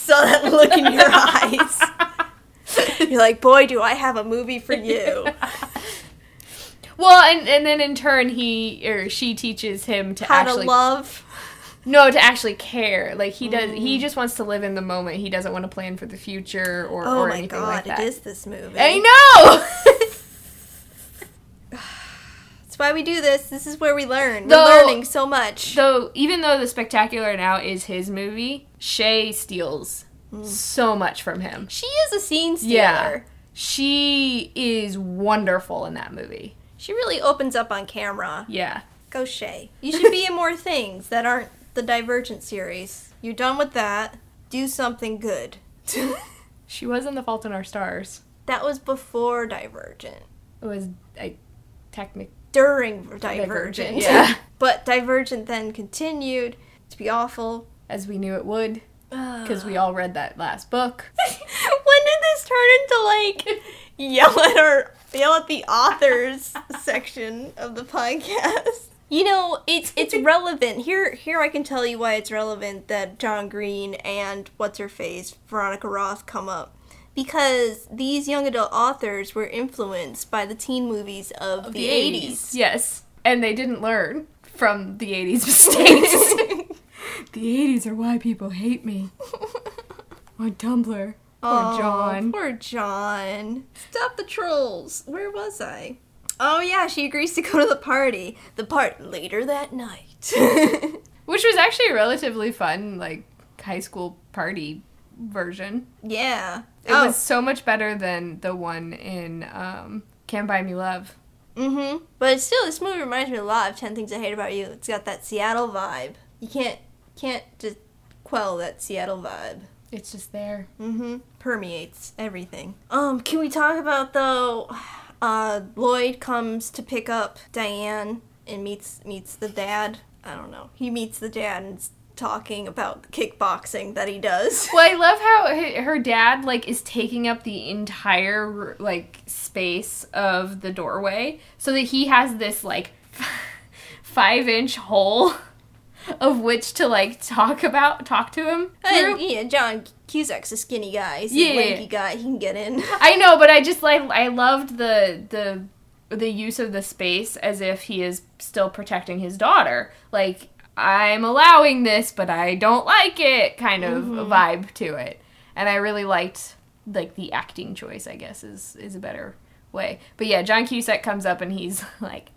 [SPEAKER 1] Saw that look in your eyes. You're like, boy, do I have a movie for you.
[SPEAKER 2] Well, and, and then in turn he or she teaches him to
[SPEAKER 1] How
[SPEAKER 2] actually
[SPEAKER 1] to love.
[SPEAKER 2] no to actually care. Like he does,
[SPEAKER 1] Mm.
[SPEAKER 2] he just wants to live in the moment. He doesn't want to plan for the future or
[SPEAKER 1] Oh
[SPEAKER 2] or
[SPEAKER 1] my
[SPEAKER 2] anything
[SPEAKER 1] god,
[SPEAKER 2] like that.
[SPEAKER 1] it is this movie.
[SPEAKER 2] I know.
[SPEAKER 1] That's why we do this. This is where we learn. We're
[SPEAKER 2] Though-
[SPEAKER 1] learning so much.
[SPEAKER 2] So even though the spectacular now is his movie, Shay steals so much from him.
[SPEAKER 1] she is a scene stealer.
[SPEAKER 2] Yeah. She is wonderful in that movie.
[SPEAKER 1] She really opens up on camera.
[SPEAKER 2] Yeah.
[SPEAKER 1] Go Shay. You should be in more things that aren't the Divergent series. You're done with that. Do something good.
[SPEAKER 2] She was in The Fault in Our Stars.
[SPEAKER 1] that was before Divergent.
[SPEAKER 2] It was I technic
[SPEAKER 1] During
[SPEAKER 2] Divergent,
[SPEAKER 1] Divergent.
[SPEAKER 2] yeah.
[SPEAKER 1] but Divergent then continued to be awful.
[SPEAKER 2] as we knew it would
[SPEAKER 1] Because
[SPEAKER 2] because we all read that last book.
[SPEAKER 1] when did this turn into like yell at our yell at the authors section of the podcast? You know, it's it's relevant. Here here I can tell you why it's relevant that John Green and what's her face, Veronica Roth come up. Because these young adult authors were influenced by the teen movies of, the, 80s.
[SPEAKER 2] Yes. And they didn't learn from the 80s mistakes. the 80s are why people hate me. On Tumblr.
[SPEAKER 1] Oh,
[SPEAKER 2] or John.
[SPEAKER 1] Poor John. Stop the trolls. Where was I? Oh, yeah, she agrees to go to the party. The part later that night.
[SPEAKER 2] which was actually a relatively fun like high school party version
[SPEAKER 1] yeah.
[SPEAKER 2] it was so much better than the one in um can't buy me love
[SPEAKER 1] Mm hmm. But still, this movie reminds me a lot of 10 Things I Hate About You. It's got that Seattle vibe. You can't, can't just quell that Seattle vibe.
[SPEAKER 2] it's just there
[SPEAKER 1] Mm-hmm. Permeates everything. Um, can we talk about though? Uh, Lloyd comes to pick up Diane and meets meets the dad. I don't know. He meets the dad and is talking about kickboxing that he does.
[SPEAKER 2] well i love how h- her dad like is taking up the entire like space of the doorway so that he has this like five inch hole of which to like talk about talk to him through.
[SPEAKER 1] And yeah, John Cusack's a skinny guy. He's
[SPEAKER 2] Yeah.
[SPEAKER 1] a lanky guy. He can get in.
[SPEAKER 2] I know, but I just like I loved the the the use of the space as if he is still protecting his daughter. Like, I'm allowing this, but I don't like it kind of vibe to it. And I really liked like the acting choice, I guess, is is a better way. But yeah, John Cusack comes up and he's like,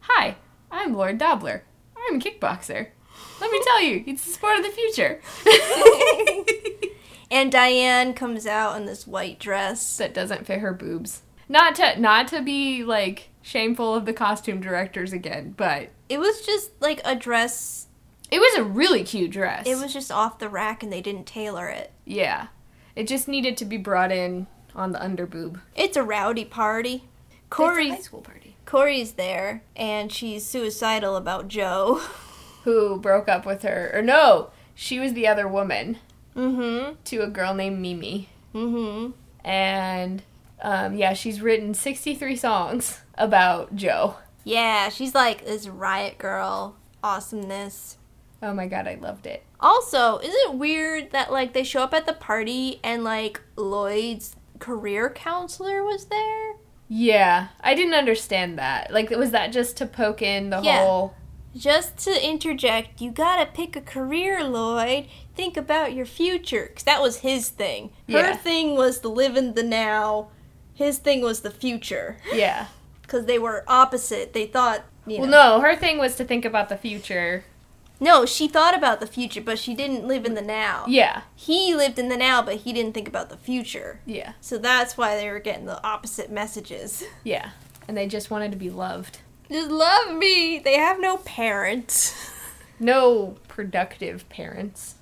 [SPEAKER 2] Hi, I'm Lord Dobler. I'm a kickboxer. Let me tell you, it's the sport of the future.
[SPEAKER 1] And Diane comes out in this white dress.
[SPEAKER 2] that doesn't fit her boobs. Not to not to be like shameful of the costume directors again, but
[SPEAKER 1] It was just like a dress.
[SPEAKER 2] it was a really cute dress.
[SPEAKER 1] It was just off the rack and they didn't tailor it.
[SPEAKER 2] yeah. It just needed to be brought in on the underboob.
[SPEAKER 1] It's a rowdy party.
[SPEAKER 2] It's a
[SPEAKER 1] Corey
[SPEAKER 2] high school party.
[SPEAKER 1] Corey's there and she's suicidal about Joe.
[SPEAKER 2] Who broke up with her? Or no, she was the other woman
[SPEAKER 1] Mm-hmm.
[SPEAKER 2] to a girl named Mimi,
[SPEAKER 1] Mm-hmm.
[SPEAKER 2] and um, yeah, she's written sixty three songs about Joe.
[SPEAKER 1] Yeah, she's like this riot girl awesomeness.
[SPEAKER 2] Oh my god, I loved it.
[SPEAKER 1] Also, is it weird that like they show up at the party and like Lloyd's career counselor was there?
[SPEAKER 2] Yeah, I didn't understand that. Like, was that just to poke in the
[SPEAKER 1] Yeah.
[SPEAKER 2] whole?
[SPEAKER 1] Just to interject, you gotta pick a career, Lloyd. Think about your future. Because that was his thing. Her
[SPEAKER 2] Yeah.
[SPEAKER 1] thing was the living the now, his thing was the future.
[SPEAKER 2] Yeah.
[SPEAKER 1] Because they were opposite. They thought, you know.
[SPEAKER 2] Well, no, her thing was to think about the future.
[SPEAKER 1] no. she thought about the future, but she didn't live in the now.
[SPEAKER 2] Yeah,
[SPEAKER 1] He lived in the now, but he didn't think about the future.
[SPEAKER 2] yeah,
[SPEAKER 1] So that's why they were getting the opposite messages.
[SPEAKER 2] yeah. And they just wanted to be loved.
[SPEAKER 1] Just love me. They have no parents.
[SPEAKER 2] No productive parents.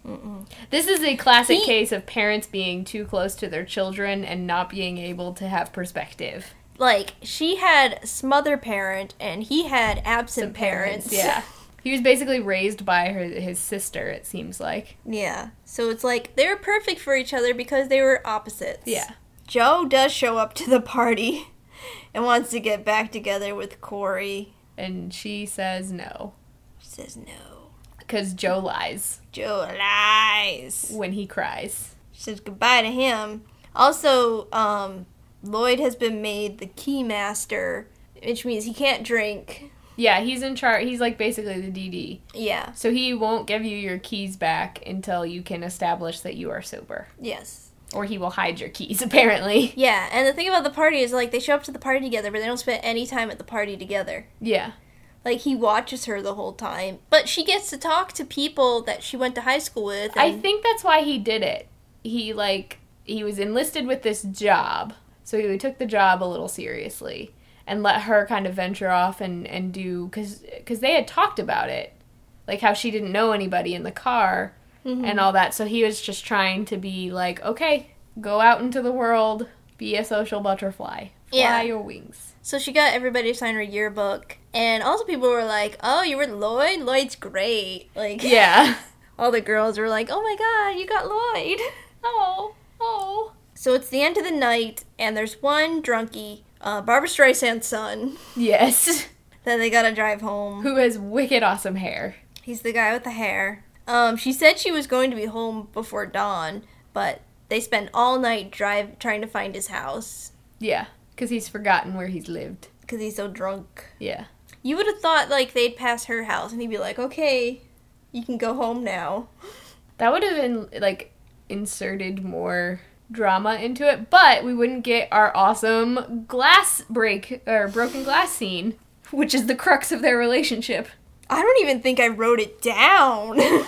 [SPEAKER 2] This is a classic
[SPEAKER 1] He-
[SPEAKER 2] case of parents being too close to their children and not being able to have perspective.
[SPEAKER 1] Like she had smother parent and he had absent parents.
[SPEAKER 2] Yeah. he was basically raised by her, his sister, it seems like.
[SPEAKER 1] Yeah. So it's like they were perfect for each other because they were opposites.
[SPEAKER 2] Yeah.
[SPEAKER 1] Joe does show up to the party and wants to get back together with Corey.
[SPEAKER 2] And she says no.
[SPEAKER 1] She says no.
[SPEAKER 2] Because Joe lies
[SPEAKER 1] Joe lies.
[SPEAKER 2] when he cries.
[SPEAKER 1] She says goodbye to him. Also, um, Lloyd has been made the key master, which means he can't drink.
[SPEAKER 2] Yeah, he's in charge. He's like basically the DD.
[SPEAKER 1] Yeah.
[SPEAKER 2] So he won't give you your keys back until you can establish that you are sober.
[SPEAKER 1] Yes.
[SPEAKER 2] Or he will hide your keys, apparently.
[SPEAKER 1] Yeah, and the thing about the party is like they show up to the party together, but they don't spend any time at the party together.
[SPEAKER 2] Yeah.
[SPEAKER 1] Like he watches her the whole time, but she gets to talk to people that she went to high school with.
[SPEAKER 2] I
[SPEAKER 1] And,
[SPEAKER 2] think that's why he did it. He, like, he was enlisted with this job. So he took the job a little seriously and let her kind of venture off and, and do, because they had talked about it. Like how she didn't know anybody in the car
[SPEAKER 1] Mm-hmm.
[SPEAKER 2] and all that. So he was just trying to be like, okay, go out into the world, be a social butterfly, fly
[SPEAKER 1] Yeah.
[SPEAKER 2] your wings.
[SPEAKER 1] so she got everybody to sign her yearbook, and also people were like, "Oh, you were Lloyd. Lloyd's great." Like
[SPEAKER 2] Yeah.
[SPEAKER 1] all the girls were like, "Oh my god, you got Lloyd."
[SPEAKER 2] Oh, oh.
[SPEAKER 1] So it's the end of the night, and there's one drunkie, uh, Barbara Streisand's son,
[SPEAKER 2] Yes.
[SPEAKER 1] that they gotta drive home.
[SPEAKER 2] Who has wicked awesome hair.
[SPEAKER 1] He's the guy with the hair. Um, she said she was going to be home before dawn, but they spend all night drive trying to find his house
[SPEAKER 2] Yeah, because he's forgotten where he's lived.
[SPEAKER 1] because he's so drunk.
[SPEAKER 2] Yeah.
[SPEAKER 1] You would have thought like they'd pass her house and he'd be like, "Okay, you can go home now."
[SPEAKER 2] That would have been, like, inserted more drama into it, but we wouldn't get our awesome glass break or broken glass scene, which is the crux of their relationship.
[SPEAKER 1] I don't even think I wrote it down.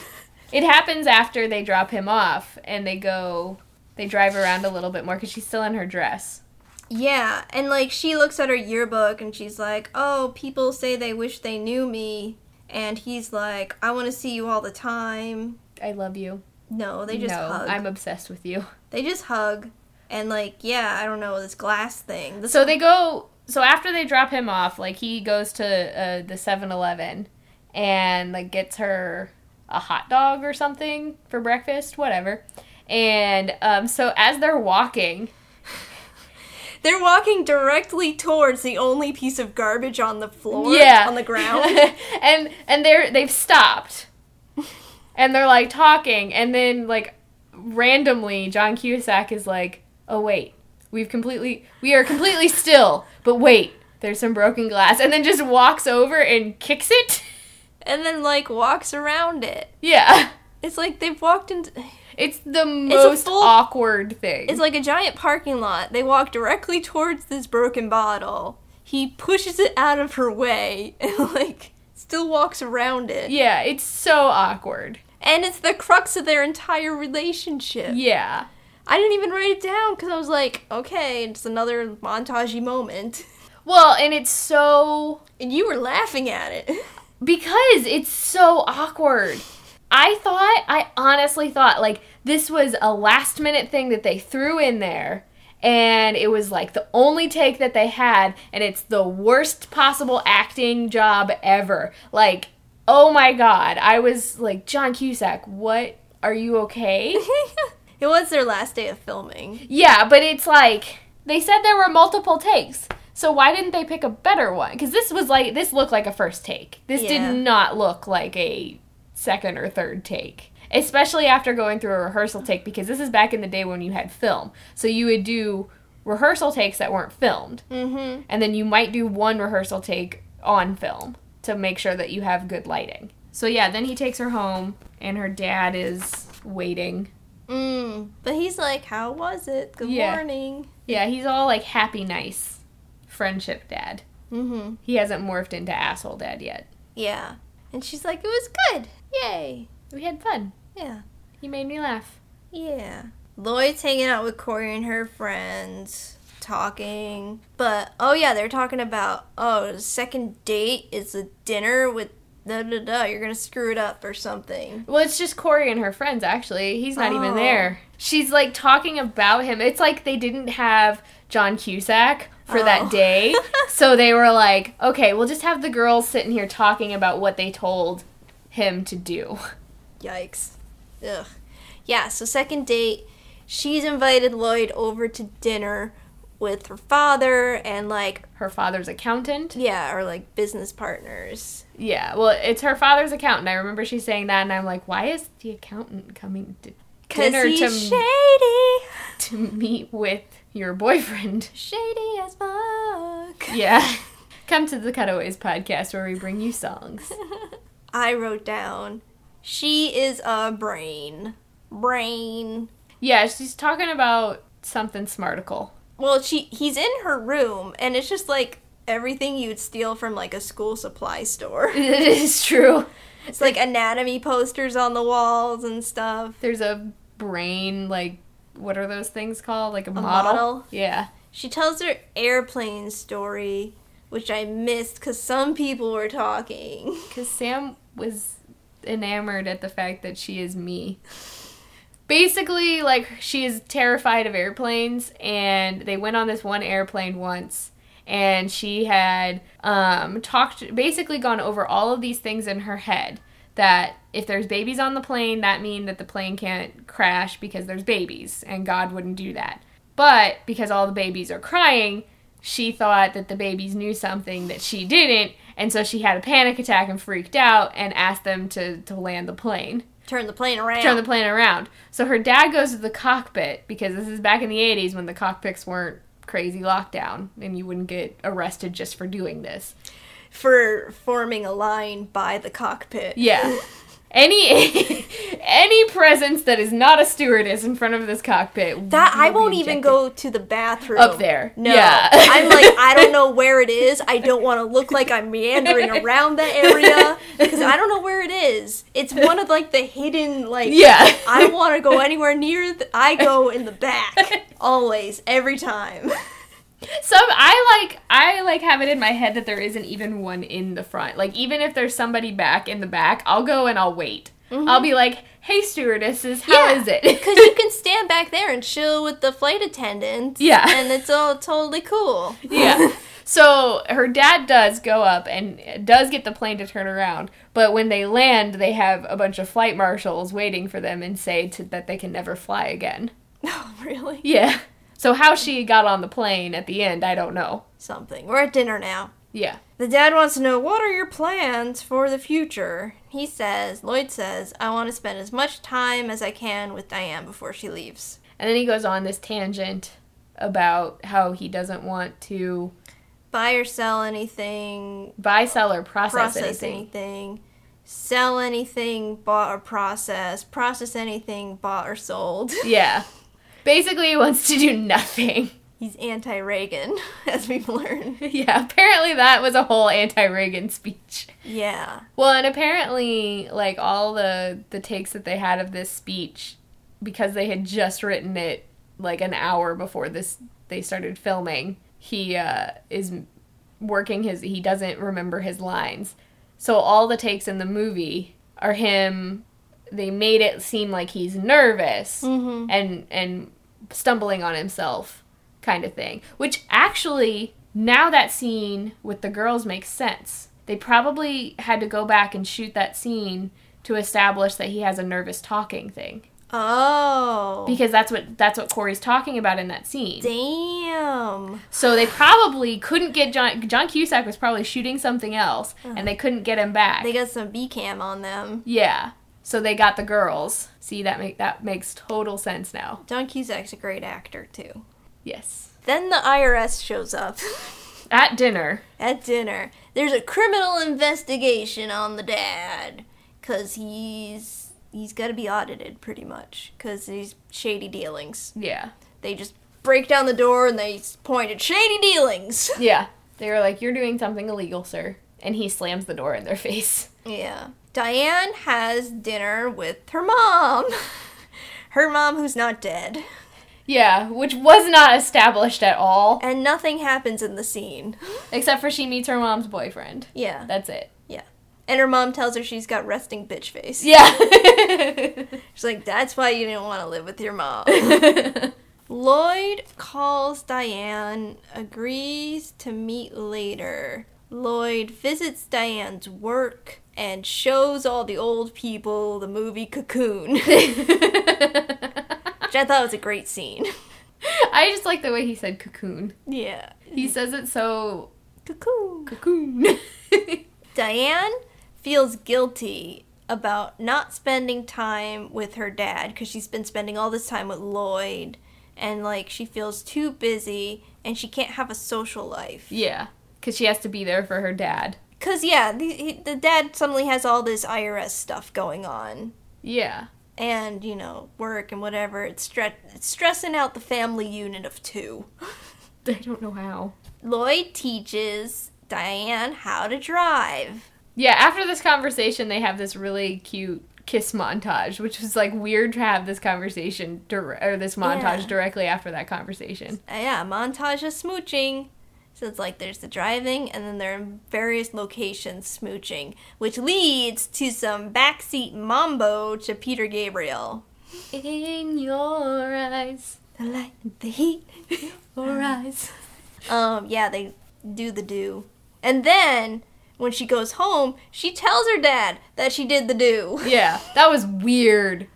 [SPEAKER 2] It happens after they drop him off and they go, they drive around a little bit more because she's still in her dress.
[SPEAKER 1] yeah, and like she looks at her yearbook and she's like, "Oh, people say they wish they knew me." And he's like, "I want to see you all the time."
[SPEAKER 2] I love you.
[SPEAKER 1] No, they just
[SPEAKER 2] no,
[SPEAKER 1] hug.
[SPEAKER 2] I'm obsessed with you.
[SPEAKER 1] They just hug and like, yeah, I don't know this glass thing. This
[SPEAKER 2] So they go. So after they drop him off, like he goes to uh, the 7-Eleven and like gets her a hot dog or something for breakfast, whatever. And um, so as they're walking,
[SPEAKER 1] they're walking directly towards the only piece of garbage on the floor,
[SPEAKER 2] yeah,
[SPEAKER 1] on the ground.
[SPEAKER 2] and and they're they've stopped, and they're like talking, and then like randomly, John Cusack is like, "Oh wait, we've completely we are completely still, but wait, there's some broken glass, and then just walks over and kicks it.
[SPEAKER 1] and then like walks around it.
[SPEAKER 2] Yeah.
[SPEAKER 1] It's like they've walked into.
[SPEAKER 2] It's the most
[SPEAKER 1] full-
[SPEAKER 2] awkward thing.
[SPEAKER 1] It's like a giant parking lot. They walk directly towards this broken bottle. He pushes it out of her way and like still walks around it.
[SPEAKER 2] yeah, it's so awkward.
[SPEAKER 1] And it's the crux of their entire relationship.
[SPEAKER 2] Yeah.
[SPEAKER 1] I didn't even write it down because I was like, okay, it's another montagey moment.
[SPEAKER 2] Well, and it's so
[SPEAKER 1] And you were laughing at it.
[SPEAKER 2] because it's so awkward. I thought, I honestly thought, like, this was a last minute thing that they threw in there, and it was like the only take that they had, and it's the worst possible acting job ever. Like, oh my god, I was like, John Cusack, what? Are you okay?
[SPEAKER 1] it was their last day of filming.
[SPEAKER 2] yeah, but it's like, they said there were multiple takes. So why didn't they pick a better one? Because this was like, this looked like a first take. This
[SPEAKER 1] Yeah.
[SPEAKER 2] did not look like a second or third take. Especially after going through a rehearsal take, because this is back in the day when you had film. So you would do rehearsal takes that weren't filmed.
[SPEAKER 1] Mm
[SPEAKER 2] And then you might do one rehearsal take on film to make sure that you have good lighting. So yeah, then he takes her home, and her dad is waiting.
[SPEAKER 1] hmm. Mm. But he's like, how was it? Good
[SPEAKER 2] Yeah.
[SPEAKER 1] morning.
[SPEAKER 2] Yeah, he's all like happy, nice friendship dad.
[SPEAKER 1] Mm hmm.
[SPEAKER 2] He hasn't morphed into asshole dad yet.
[SPEAKER 1] Yeah. And she's like, it was good. Yay.
[SPEAKER 2] We had fun.
[SPEAKER 1] Yeah.
[SPEAKER 2] He made me laugh.
[SPEAKER 1] Yeah. Lloyd's hanging out with Corey and her friends, talking. But oh yeah, they're talking about oh the second date is a dinner with da da da. You're gonna screw it up or something.
[SPEAKER 2] Well, it's just Corey and her friends, actually. He's not
[SPEAKER 1] Oh.
[SPEAKER 2] even there. She's like talking about him. It's like they didn't have John Cusack for
[SPEAKER 1] Oh.
[SPEAKER 2] that day. so they were like, okay, we'll just have the girls sitting here talking about what they told him to do.
[SPEAKER 1] Yikes. Ugh. Yeah. So second date, she's invited Lloyd over to dinner with her father and like
[SPEAKER 2] Her father's accountant.
[SPEAKER 1] yeah or like business partners.
[SPEAKER 2] Yeah, well, it's her father's accountant. I remember she saying that, and I'm like, why is the accountant coming to
[SPEAKER 1] Cause
[SPEAKER 2] dinner
[SPEAKER 1] he's
[SPEAKER 2] to,
[SPEAKER 1] shady,
[SPEAKER 2] to meet with your boyfriend?
[SPEAKER 1] shady as fuck.
[SPEAKER 2] Yeah. Come to the Cutaways podcast where we bring you songs.
[SPEAKER 1] I wrote down, she is a brain. Brain.
[SPEAKER 2] Yeah, she's talking about something smarticle.
[SPEAKER 1] Well, she he's in her room and it's just like everything you'd steal from like a school supply store.
[SPEAKER 2] It is true.
[SPEAKER 1] It's like anatomy posters on the walls and stuff.
[SPEAKER 2] There's a brain, like, what are those things called? Like a,
[SPEAKER 1] model?
[SPEAKER 2] Yeah.
[SPEAKER 1] She tells her airplane story, which I missed cuz some people were talking.
[SPEAKER 2] Because Sam was enamored at the fact that she is me. Basically, like, she is terrified of airplanes, and they went on this one airplane once. And she had um, talked, basically gone over all of these things in her head. That if there's babies on the plane, that mean that the plane can't crash because there's babies, and God wouldn't do that. But because all the babies are crying, she thought that the babies knew something that she didn't, and so she had a panic attack and freaked out and asked them to, to land the plane,
[SPEAKER 1] Turn the plane around.
[SPEAKER 2] turn the plane around. So her dad goes to the cockpit because this is back in the 80s when the cockpits weren't crazy lockdown and you wouldn't get arrested just for doing this.
[SPEAKER 1] for forming a line by the cockpit.
[SPEAKER 2] Yeah. Any any presence that is not a stewardess in front of this cockpit.
[SPEAKER 1] That I
[SPEAKER 2] will be
[SPEAKER 1] won't even
[SPEAKER 2] ejected.
[SPEAKER 1] go to the bathroom
[SPEAKER 2] Up there.
[SPEAKER 1] No,
[SPEAKER 2] Yeah.
[SPEAKER 1] I'm like I don't know where it is. I don't want to look like I'm meandering around that area because I don't know where it is. It's one of like the hidden like.
[SPEAKER 2] Yeah.
[SPEAKER 1] I don't want to go anywhere near. The, I go in the back always, every time.
[SPEAKER 2] Some I like I like have it in my head that there isn't even one in the front. Like even if there's somebody back in the back, I'll go and I'll wait.
[SPEAKER 1] Mm-hmm.
[SPEAKER 2] I'll be like, "Hey stewardesses, how is
[SPEAKER 1] Because
[SPEAKER 2] it?"
[SPEAKER 1] you can stand back there and chill with the flight attendants.
[SPEAKER 2] Yeah.
[SPEAKER 1] and it's all totally cool.
[SPEAKER 2] yeah. So her dad does go up and does get the plane to turn around, but when they land, they have a bunch of flight marshals waiting for them and say to, that they can never fly again.
[SPEAKER 1] Oh, really?
[SPEAKER 2] Yeah. So how she got on the plane at the end, I don't know.
[SPEAKER 1] Something. We're at dinner now.
[SPEAKER 2] Yeah.
[SPEAKER 1] The dad wants to know what are your plans for the future? He says, Lloyd says, I want to spend as much time as I can with Diane before she leaves.
[SPEAKER 2] And then he goes on this tangent about how he doesn't want to
[SPEAKER 1] buy or sell anything,
[SPEAKER 2] Buy, sell, or process,
[SPEAKER 1] process
[SPEAKER 2] anything.
[SPEAKER 1] anything, sell anything, bought or processed, process anything, bought or sold.
[SPEAKER 2] Yeah. Basically, he wants to do nothing.
[SPEAKER 1] He's anti Reagan, as we've learned.
[SPEAKER 2] Yeah, apparently that was a whole anti-Reagan speech.
[SPEAKER 1] Yeah.
[SPEAKER 2] Well, and apparently, like all the the takes that they had of this speech, because they had just written it like an hour before this they started filming. He uh, is working his. He doesn't remember his lines, so all the takes in the movie are him. They made it seem like he's nervous
[SPEAKER 1] Mm-hmm.
[SPEAKER 2] and and stumbling on himself, kind of thing. Which actually, now that scene with the girls makes sense. They probably had to go back and shoot that scene to establish that he has a nervous talking thing
[SPEAKER 1] Oh.
[SPEAKER 2] because that's what that's what Corey's talking about in that scene.
[SPEAKER 1] Damn.
[SPEAKER 2] So they probably couldn't get John John Cusack was probably shooting something else and they couldn't get him back.
[SPEAKER 1] Uh-huh. They got some B cam on them.
[SPEAKER 2] yeah. So they got the girls. See that make that makes total sense now.
[SPEAKER 1] John Cusack's a great actor, too.
[SPEAKER 2] Yes.
[SPEAKER 1] Then the IRS shows up
[SPEAKER 2] At dinner,
[SPEAKER 1] at dinner. There's a criminal investigation on the dad cuz he's he's got to be audited pretty much cuz he's shady dealings.
[SPEAKER 2] yeah.
[SPEAKER 1] They just break down the door and they s- point at shady dealings.
[SPEAKER 2] Yeah. They were like, You're doing something illegal, sir. And he slams the door in their face.
[SPEAKER 1] Yeah. Diane has dinner with her mom. her mom who's not dead.
[SPEAKER 2] Yeah, which was not established at all.
[SPEAKER 1] And nothing happens in the scene.
[SPEAKER 2] Except for she meets her mom's boyfriend.
[SPEAKER 1] Yeah.
[SPEAKER 2] That's it.
[SPEAKER 1] Yeah. And her mom tells her she's got resting bitch face.
[SPEAKER 2] Yeah.
[SPEAKER 1] She's like, that's why you didn't want to live with your mom. Lloyd calls Diane, agrees to meet later. Lloyd visits Diane's work and shows all the old people the movie Cocoon, which I thought was a great scene.
[SPEAKER 2] I just like the way he said cocoon.
[SPEAKER 1] Yeah.
[SPEAKER 2] He says it so
[SPEAKER 1] Cocoon.
[SPEAKER 2] Mm-hmm. cocoon.
[SPEAKER 1] Diane feels guilty about not spending time with her dad because she's been spending all this time with Lloyd and like she feels too busy and she can't have a social life.
[SPEAKER 2] yeah, because she has to be there for her dad.
[SPEAKER 1] Because, yeah, the, he, the dad suddenly has all this IRS stuff going on
[SPEAKER 2] Yeah.
[SPEAKER 1] and, you know, work and whatever. It's, stre- it's stressing out the family unit of two.
[SPEAKER 2] I don't know how.
[SPEAKER 1] Lloyd teaches Diane how to drive.
[SPEAKER 2] Yeah, after this conversation, they have this really cute kiss montage, which was like weird to have this conversation dir- or this montage
[SPEAKER 1] Yeah.
[SPEAKER 2] directly after that conversation.
[SPEAKER 1] Uh, yeah, montage of smooching. So it's like there's the driving, and then they're in various locations smooching, which leads to some backseat mambo to Peter Gabriel.
[SPEAKER 2] In your eyes,
[SPEAKER 1] The light, and the heat.
[SPEAKER 2] your eyes.
[SPEAKER 1] Um, yeah, they do the do. And then when she goes home, she tells her dad that she did the do.
[SPEAKER 2] Yeah, that was weird.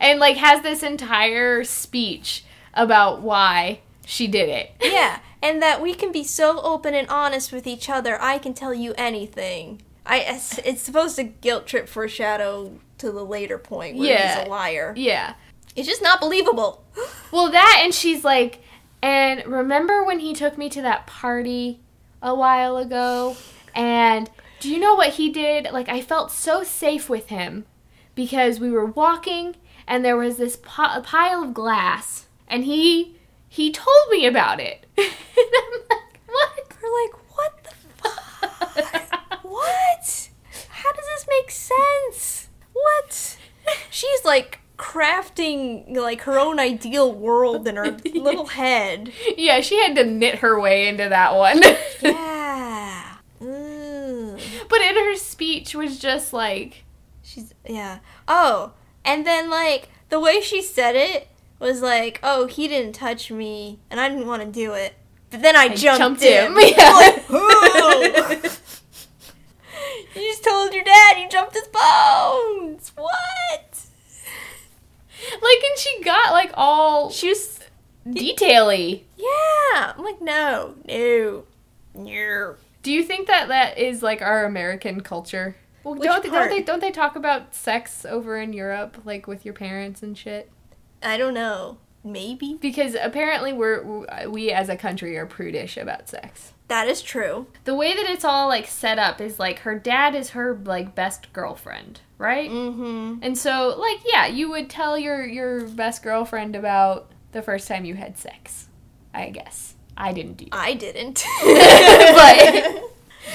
[SPEAKER 2] And like has this entire speech about why she did it.
[SPEAKER 1] yeah, and that we can be so open and honest with each other. I can tell you anything. I it's, it's supposed to guilt trip foreshadow to the later point where
[SPEAKER 2] Yeah.
[SPEAKER 1] he's a liar.
[SPEAKER 2] Yeah.
[SPEAKER 1] It's just not believable.
[SPEAKER 2] Well, that and she's like, and remember when he took me to that party a while ago? And do you know what he did? Like, I felt so safe with him because we were walking and there was this pi- pile of glass, and he he told me about it. and I'm like, what?
[SPEAKER 1] We're like, what the fuck? what? How does this make sense? What? She's like crafting like her own ideal world in her little head.
[SPEAKER 2] Yeah, she had to knit her way into that one.
[SPEAKER 1] Yeah. Mm. Ooh.
[SPEAKER 2] but in her speech was just like,
[SPEAKER 1] She's yeah. Oh, and then like the way she said it was like, "Oh, he didn't touch me, and I didn't want to do it." But then I, jumped,
[SPEAKER 2] jumped
[SPEAKER 1] him.
[SPEAKER 2] him, yeah.
[SPEAKER 1] Like, whoa. you just told your dad you jumped his bones. What?
[SPEAKER 2] like, and she got like all
[SPEAKER 1] She was
[SPEAKER 2] detaily.
[SPEAKER 1] yeah. I'm like, no, no, no.
[SPEAKER 2] Do you think that that is like our American culture? Well,
[SPEAKER 1] Which
[SPEAKER 2] don't,
[SPEAKER 1] part?
[SPEAKER 2] don't they don't they talk about sex over in Europe, like with your parents and shit?
[SPEAKER 1] I don't know. Maybe.
[SPEAKER 2] Because apparently we're we as a country are prudish about sex.
[SPEAKER 1] That is true.
[SPEAKER 2] The way that it's all like set up is like her dad is her like best girlfriend, right?
[SPEAKER 1] Mm-hmm.
[SPEAKER 2] And so like yeah, you would tell your your best girlfriend about the first time you had sex. I guess. I didn't do
[SPEAKER 1] I didn't.
[SPEAKER 2] that.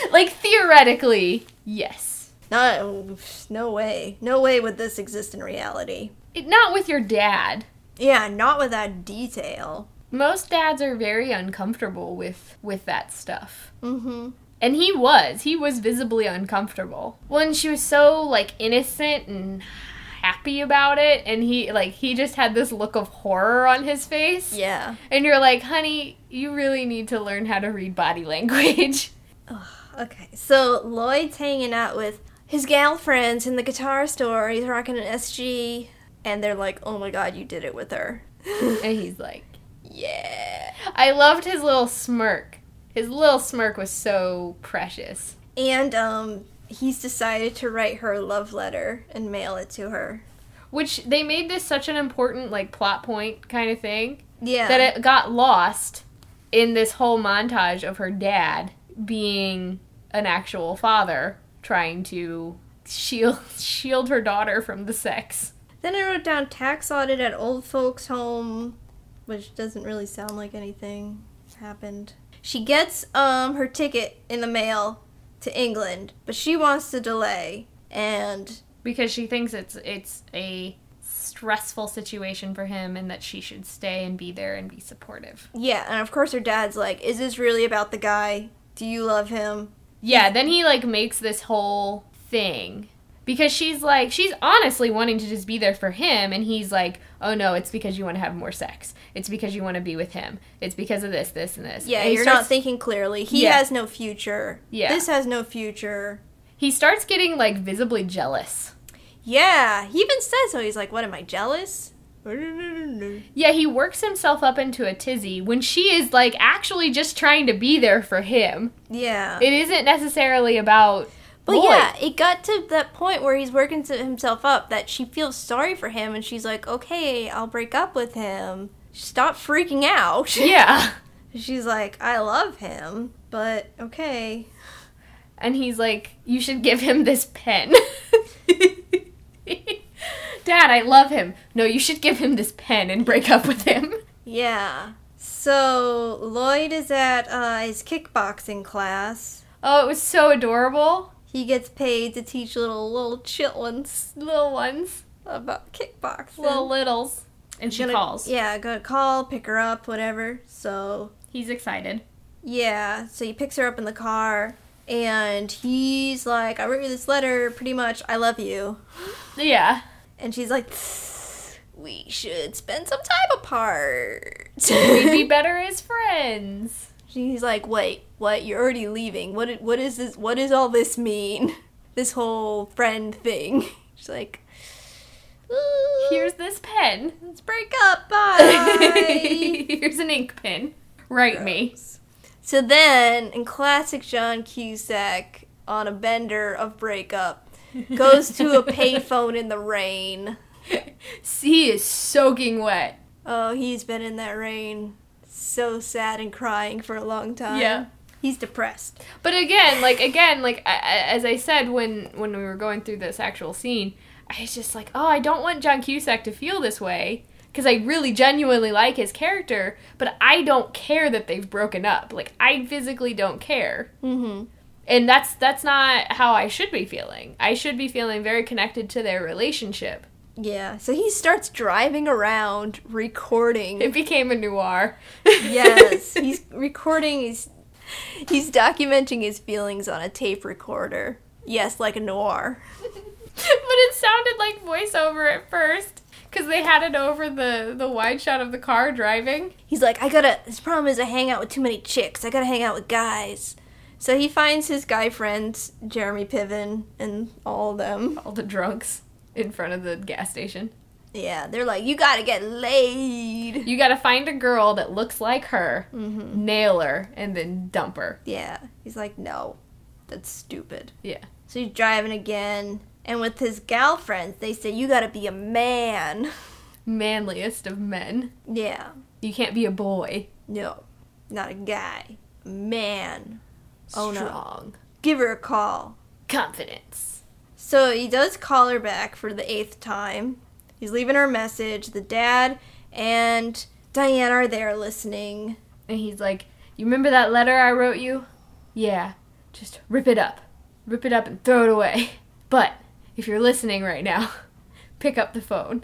[SPEAKER 2] but like theoretically, yes.
[SPEAKER 1] no, no way. No way would this exist in reality.
[SPEAKER 2] It, not with your dad.
[SPEAKER 1] Yeah, not with that detail.
[SPEAKER 2] Most dads are very uncomfortable with with that stuff.
[SPEAKER 1] Mm-hmm.
[SPEAKER 2] And he was. He was visibly uncomfortable. When she was so like innocent and happy about it and he like he just had this look of horror on his face.
[SPEAKER 1] Yeah.
[SPEAKER 2] And you're like, "Honey, you really need to learn how to read body language."
[SPEAKER 1] Okay, so Lloyd's hanging out with his gal friends in the guitar store. He's rocking an SG, and they're like, "Oh my god, you did it with her."
[SPEAKER 2] and he's like,
[SPEAKER 1] yeah.
[SPEAKER 2] "I loved his little smirk. His little smirk was so precious."
[SPEAKER 1] And um, he's decided to write her a love letter and mail it to her.
[SPEAKER 2] Which they made this such an important like plot point kind of thing.
[SPEAKER 1] Yeah.
[SPEAKER 2] that it got lost in this whole montage of her dad being an actual father trying to shield shield her daughter from the sex.
[SPEAKER 1] then I wrote down tax audit at old folks' home, which doesn't really sound like anything happened. She gets um her ticket in the mail to England, but she wants to delay and
[SPEAKER 2] because she thinks it's it's a stressful situation for him and that she should stay and be there and be supportive.
[SPEAKER 1] Yeah, and of course her dad's like, "Is this really about the guy? Do you love him?"
[SPEAKER 2] Yeah, then he like makes this whole thing because she's like she's honestly wanting to just be there for him and he's like, "Oh no, it's because you want to have more sex. It's because you want to be with him. It's because of this this and this."
[SPEAKER 1] Yeah,
[SPEAKER 2] And he
[SPEAKER 1] he's
[SPEAKER 2] starts-
[SPEAKER 1] not thinking clearly. He
[SPEAKER 2] Yeah.
[SPEAKER 1] has no future.
[SPEAKER 2] Yeah.
[SPEAKER 1] this has no future.
[SPEAKER 2] He starts getting like visibly jealous.
[SPEAKER 1] Yeah, he even says so. He's like, "What am I jealous?" Yeah,
[SPEAKER 2] Yeah, he works himself up into a tizzy when she is like actually just trying to be there for him. It isn't necessarily about
[SPEAKER 1] but
[SPEAKER 2] Lloyd.
[SPEAKER 1] yeah, it got to that point where he's working to himself up that she feels sorry for him, and she's like, "Okay, I'll break up with him. Stop freaking out."
[SPEAKER 2] Yeah.
[SPEAKER 1] she's like, "I love him, but okay."
[SPEAKER 2] And he's like, You should give him this pen. Dad, I love him. No, you should give him this pen and break up with him.
[SPEAKER 1] Yeah. So Lloyd is at uh, his kickboxing class.
[SPEAKER 2] Oh, it was so adorable.
[SPEAKER 1] He gets paid to teach little little chitlins
[SPEAKER 2] Little ones,
[SPEAKER 1] about kickboxing.
[SPEAKER 2] little littles. And she
[SPEAKER 1] Gonna-
[SPEAKER 2] calls.
[SPEAKER 1] Yeah, gonna call, pick her up, whatever. So
[SPEAKER 2] He's excited.
[SPEAKER 1] yeah, so he picks her up in the car, and he's like, "I wrote you this letter. Pretty much, I love you."
[SPEAKER 2] Yeah.
[SPEAKER 1] And she's like, "We should spend some time apart."
[SPEAKER 2] We'd be better as friends.
[SPEAKER 1] She's like, "Wait, what? You're already leaving. What? i- What is this? What does all this mean? This whole friend thing?" She's like, "Uh." "Ooh,
[SPEAKER 2] Here's this pen.
[SPEAKER 1] let's break up. Bye."
[SPEAKER 2] Here's an ink pen. Write me.
[SPEAKER 1] so then, in classic John Cusack, on a bender of breakup, goes to a payphone in the rain.
[SPEAKER 2] C is soaking wet.
[SPEAKER 1] Oh, he's been in that rain, so sad and crying for a long time.
[SPEAKER 2] Yeah.
[SPEAKER 1] he's depressed.
[SPEAKER 2] But again, like again, like I, I- as I said when when we were going through this actual scene, I was just like, oh, I don't want John Cusack to feel this way because I really genuinely like his character, but I don't care that they've broken up. Like I physically don't care,
[SPEAKER 1] Mm-hmm.
[SPEAKER 2] and that's that's not how I should be feeling. I should be feeling very connected to their relationship.
[SPEAKER 1] Yeah, so he starts driving around recording.
[SPEAKER 2] It became a noir.
[SPEAKER 1] yes, he's recording. He's he's documenting his feelings on a tape recorder. Yes, like a noir.
[SPEAKER 2] but it sounded like voiceover at first because they had it over the the wide shot of the car driving.
[SPEAKER 1] He's like, I gotta. His problem is I hang out with too many chicks. I gotta hang out with guys. So he finds his guy friends, Jeremy Piven, and all of them.
[SPEAKER 2] all the drunks in front of the gas station.
[SPEAKER 1] Yeah, they're like, you gotta get laid.
[SPEAKER 2] You gotta find a girl that looks like her, nail her, and then dump her.
[SPEAKER 1] Yeah, he's like, no, that's stupid.
[SPEAKER 2] Yeah.
[SPEAKER 1] So he's driving again, and with his gal friends, they say, You gotta be a man.
[SPEAKER 2] manliest of men.
[SPEAKER 1] Yeah.
[SPEAKER 2] You can't be a boy.
[SPEAKER 1] No. Not a guy. A man. Oh, no.
[SPEAKER 2] Strong.
[SPEAKER 1] Give her a call.
[SPEAKER 2] Confidence.
[SPEAKER 1] So he does call her back for the eighth time. He's leaving her a message. The dad and Diane are there listening.
[SPEAKER 2] And he's like, You remember that letter I wrote you? Yeah. Just rip it up. Rip it up and throw it away. But if you're listening right now, pick up the phone.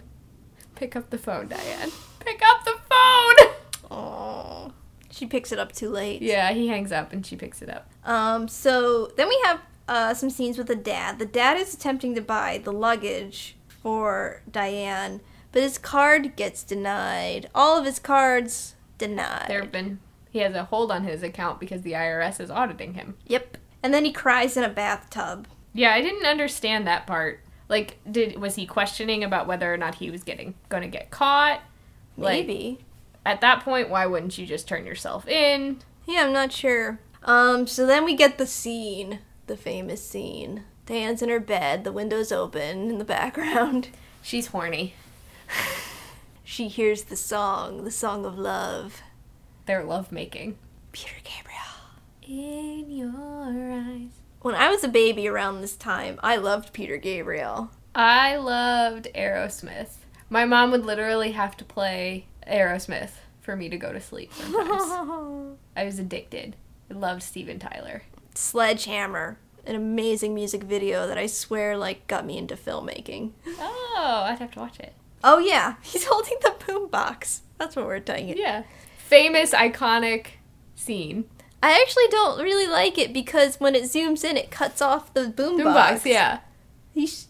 [SPEAKER 2] Pick up the phone, Diane. Pick up the phone!
[SPEAKER 1] Oh, she picks it up too late.
[SPEAKER 2] Yeah, he hangs up and she picks it up.
[SPEAKER 1] Um. So then we have uh, some scenes with the dad. The dad is attempting to buy the luggage for Diane, but his card gets denied. All of his cards denied.
[SPEAKER 2] There have been. He has a hold on his account because the IRS is auditing him.
[SPEAKER 1] Yep. And then he cries in a bathtub.
[SPEAKER 2] Yeah, I didn't understand that part. Like, did was he questioning about whether or not he was getting gonna get caught? Like,
[SPEAKER 1] Maybe.
[SPEAKER 2] At that point, why wouldn't you just turn yourself in?
[SPEAKER 1] Yeah, I'm not sure. Um, so then we get the scene, the famous scene. Diane's in her bed, the window's open in the background.
[SPEAKER 2] She's horny.
[SPEAKER 1] She hears the song, the song of love.
[SPEAKER 2] They're lovemaking.
[SPEAKER 1] Peter Gabriel.
[SPEAKER 2] In your eyes.
[SPEAKER 1] When I was a baby around this time, I loved Peter Gabriel.
[SPEAKER 2] I loved Aerosmith. My mom would literally have to play Aerosmith for me to go to sleep sometimes. I was addicted. I loved Steven Tyler.
[SPEAKER 1] Sledgehammer, an amazing music video that I swear like got me into filmmaking.
[SPEAKER 2] Oh, I'd have to watch it.
[SPEAKER 1] Oh yeah, he's holding the boombox. That's what we're doing. it.
[SPEAKER 2] Yeah. Famous, iconic scene.
[SPEAKER 1] I actually don't really like it because when it zooms in, it cuts off the boombox.
[SPEAKER 2] Boombox, yeah.
[SPEAKER 1] He sh-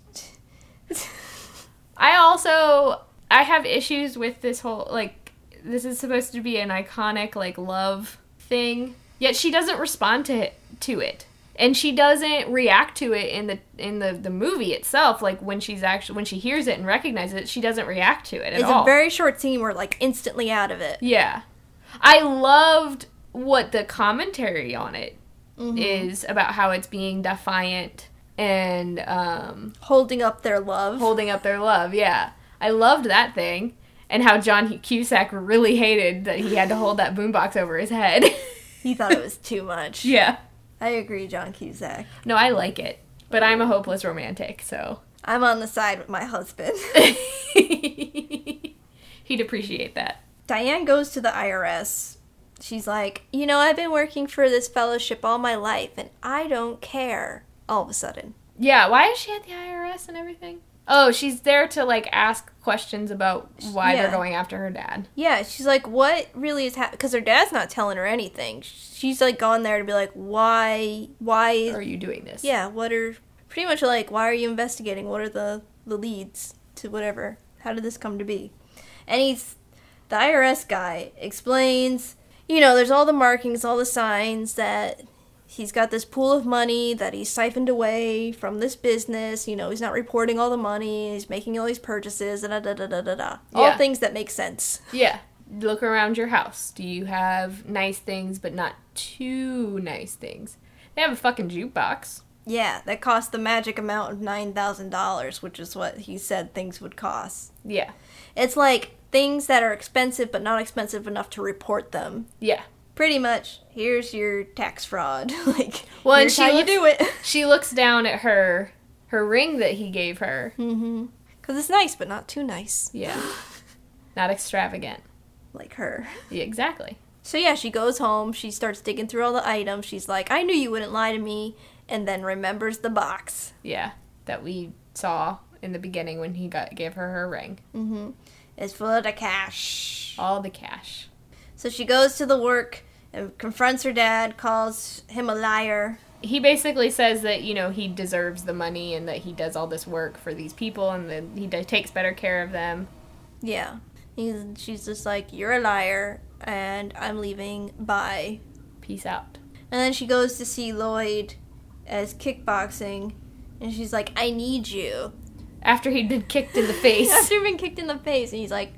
[SPEAKER 2] I also I have issues with this whole like this is supposed to be an iconic like love thing. Yet she doesn't respond to it, to it. And she doesn't react to it in the in the, the movie itself like when she's actually when she hears it and recognizes it, she doesn't react to it at
[SPEAKER 1] it's
[SPEAKER 2] all.
[SPEAKER 1] a very short scene. We're like instantly out of it.
[SPEAKER 2] yeah. I loved what the commentary on it is about how it's being defiant and um
[SPEAKER 1] Holding up their love.
[SPEAKER 2] holding up their love. Yeah, I loved that thing, and how John Cusack really hated that he had to hold that boombox over his head.
[SPEAKER 1] he thought it was too much.
[SPEAKER 2] yeah,
[SPEAKER 1] I agree, John Cusack.
[SPEAKER 2] no, I like it, but I'm a hopeless romantic, so
[SPEAKER 1] I'm on the side with my husband.
[SPEAKER 2] he'd appreciate that.
[SPEAKER 1] Diane goes to the IRS. She's like, you know, I've been working for this fellowship all my life, and I don't care. All of a sudden,
[SPEAKER 2] Yeah, why is she at the IRS and everything? Oh, she's there to like ask questions about why
[SPEAKER 1] Yeah.
[SPEAKER 2] they're going after her dad.
[SPEAKER 1] yeah, she's like, what really is happening? Because her dad's not telling her anything. She's like gone there to be like, why, why
[SPEAKER 2] Are you doing this?
[SPEAKER 1] yeah what are pretty much like why are you investigating what are the the leads to whatever how did this come to be and he's the irs guy explains you know there's all the markings all the signs that he's got this pool of money that he's siphoned away from this business you know he's not reporting all the money he's making all these purchases da da da da da da all
[SPEAKER 2] Yeah.
[SPEAKER 1] things that make sense
[SPEAKER 2] Yeah. Look around your house. Do you have nice things, but not too nice things? They have a fucking jukebox.
[SPEAKER 1] yeah that cost the magic amount of $9000 which is what he said things would cost
[SPEAKER 2] Yeah.
[SPEAKER 1] It's like things that are expensive but not expensive enough to report them.
[SPEAKER 2] Yeah.
[SPEAKER 1] Pretty much, here's your tax fraud. like,
[SPEAKER 2] Well, and
[SPEAKER 1] here's
[SPEAKER 2] she
[SPEAKER 1] how you
[SPEAKER 2] looks-
[SPEAKER 1] do it.
[SPEAKER 2] She looks down at her her ring that he gave her.
[SPEAKER 1] mm-hmm. Because it's nice, but not too nice.
[SPEAKER 2] Yeah. Not extravagant.
[SPEAKER 1] Like her.
[SPEAKER 2] Yeah, exactly.
[SPEAKER 1] So yeah, she goes home. She starts digging through all the items. She's like, "I knew you wouldn't lie to me," and then remembers the box.
[SPEAKER 2] Yeah. That we saw in the beginning when he got gave her her ring.
[SPEAKER 1] Mm-hmm. It's full of cash.
[SPEAKER 2] All the cash.
[SPEAKER 1] So she goes to the work and confronts her dad, calls him a liar.
[SPEAKER 2] He basically says that, you know, he deserves the money and that he does all this work for these people and that he d- takes better care of them.
[SPEAKER 1] Yeah. He's, she's just like, You're a liar, and I'm leaving. Bye.
[SPEAKER 2] Peace out.
[SPEAKER 1] And then she goes to see Lloyd as kickboxing, and she's like, I need you.
[SPEAKER 2] After he'd been kicked in the face.
[SPEAKER 1] After being kicked in the face, and he's like,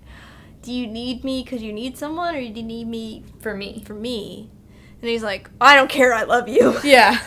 [SPEAKER 1] Do you need me because you need someone, or do you need me
[SPEAKER 2] for me.
[SPEAKER 1] for me? And he's like, I don't care, I love you.
[SPEAKER 2] Yeah.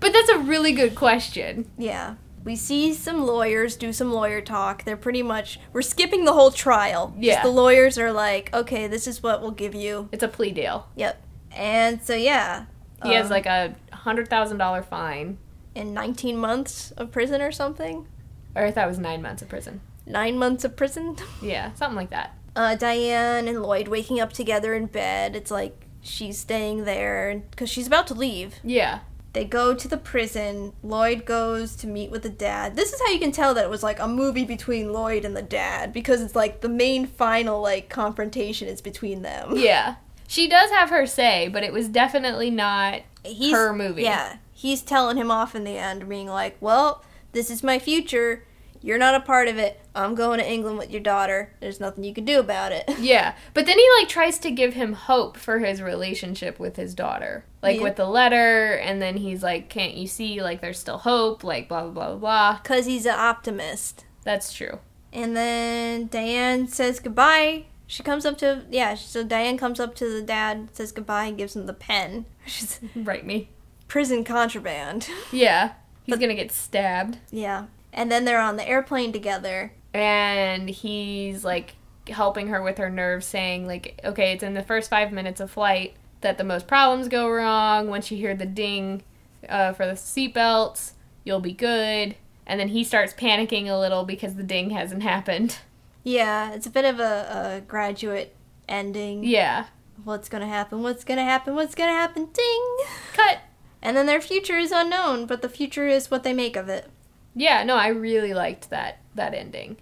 [SPEAKER 2] But that's a really good question.
[SPEAKER 1] yeah. We see some lawyers do some lawyer talk. They're pretty much we're skipping the whole trial. Just
[SPEAKER 2] Yeah.
[SPEAKER 1] the lawyers are like, okay, this is what we'll give you.
[SPEAKER 2] It's a plea deal.
[SPEAKER 1] Yep. And so yeah,
[SPEAKER 2] He
[SPEAKER 1] um,
[SPEAKER 2] has like a hundred thousand dollar fine,
[SPEAKER 1] in 19 months of prison or something.
[SPEAKER 2] or I thought it was nine months of prison.
[SPEAKER 1] Nine months of prison.
[SPEAKER 2] Yeah, something like that.
[SPEAKER 1] uh, Diane and Lloyd waking up together in bed. It's like she's staying there because she's about to leave.
[SPEAKER 2] Yeah,
[SPEAKER 1] They go to the prison. Lloyd goes to meet with the dad. This is how you can tell that it was like a movie between Lloyd and the dad because it's like the main final like confrontation is between them.
[SPEAKER 2] yeah. She does have her say, but it was definitely not.
[SPEAKER 1] He's,
[SPEAKER 2] Her movie.
[SPEAKER 1] Yeah, he's telling him off in the end, being like, "Well, this is my future. You're not a part of it. I'm going to England with your daughter. There's nothing you can do about it."
[SPEAKER 2] Yeah, but then he like tries to give him hope for his relationship with his daughter, like
[SPEAKER 1] Yeah.
[SPEAKER 2] with the letter, and then he's like, "Can't you see? Like, there's still hope. Like, blah blah blah blah blah."
[SPEAKER 1] Cause he's an optimist.
[SPEAKER 2] That's true.
[SPEAKER 1] And then Diane says goodbye. She comes up to yeah. So Diane comes up to the dad, says goodbye, and gives him the pen. She's
[SPEAKER 2] Write me.
[SPEAKER 1] prison contraband.
[SPEAKER 2] Yeah, he's
[SPEAKER 1] But-
[SPEAKER 2] gonna get stabbed.
[SPEAKER 1] yeah. And then they're on the airplane together.
[SPEAKER 2] and he's like helping her with her nerves saying like okay it's in the first five minutes of flight that the most problems go wrong once you hear the ding uh, for the seatbelts you'll be good and then he starts panicking a little because the ding hasn't happened
[SPEAKER 1] Yeah, it's a bit of a, a graduate ending.
[SPEAKER 2] yeah
[SPEAKER 1] What's gonna happen? What's gonna happen? What's gonna happen? Ding.
[SPEAKER 2] cut
[SPEAKER 1] And then their future is unknown, but the future is what they make of it.
[SPEAKER 2] yeah no i really liked that that ending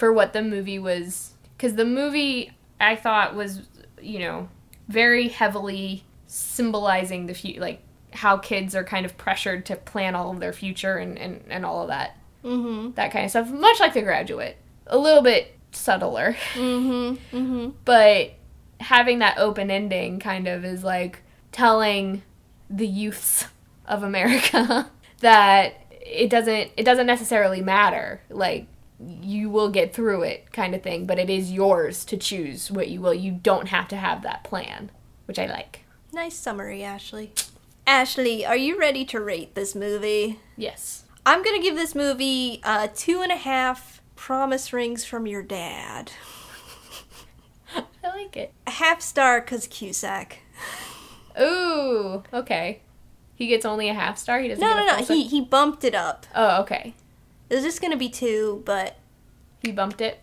[SPEAKER 2] for what the movie was because the movie i thought was you know very heavily symbolizing the future like how kids are kind of pressured to plan all of their future and, and, and all of that
[SPEAKER 1] Mm-hmm.
[SPEAKER 2] that kind of stuff much like the graduate a little bit subtler
[SPEAKER 1] Mm-hmm. Mm-hmm.
[SPEAKER 2] but having that open ending kind of is like telling the youths of America that it doesn't it doesn't necessarily matter like you will get through it kind of thing but it is yours to choose what you will you don't have to have that plan which i like
[SPEAKER 1] Nice summary, Ashley. Ashley, are you ready to rate this movie?
[SPEAKER 2] yes
[SPEAKER 1] I'm gonna give this movie uh, two and a half promise rings from your dad.
[SPEAKER 2] i like it
[SPEAKER 1] A half star because Cusack.
[SPEAKER 2] ooh okay he gets only a half star he doesn't
[SPEAKER 1] No,
[SPEAKER 2] get
[SPEAKER 1] no,
[SPEAKER 2] a
[SPEAKER 1] no.
[SPEAKER 2] full star?
[SPEAKER 1] He he bumped it up.
[SPEAKER 2] oh okay
[SPEAKER 1] It was just gonna be two, but
[SPEAKER 2] he bumped it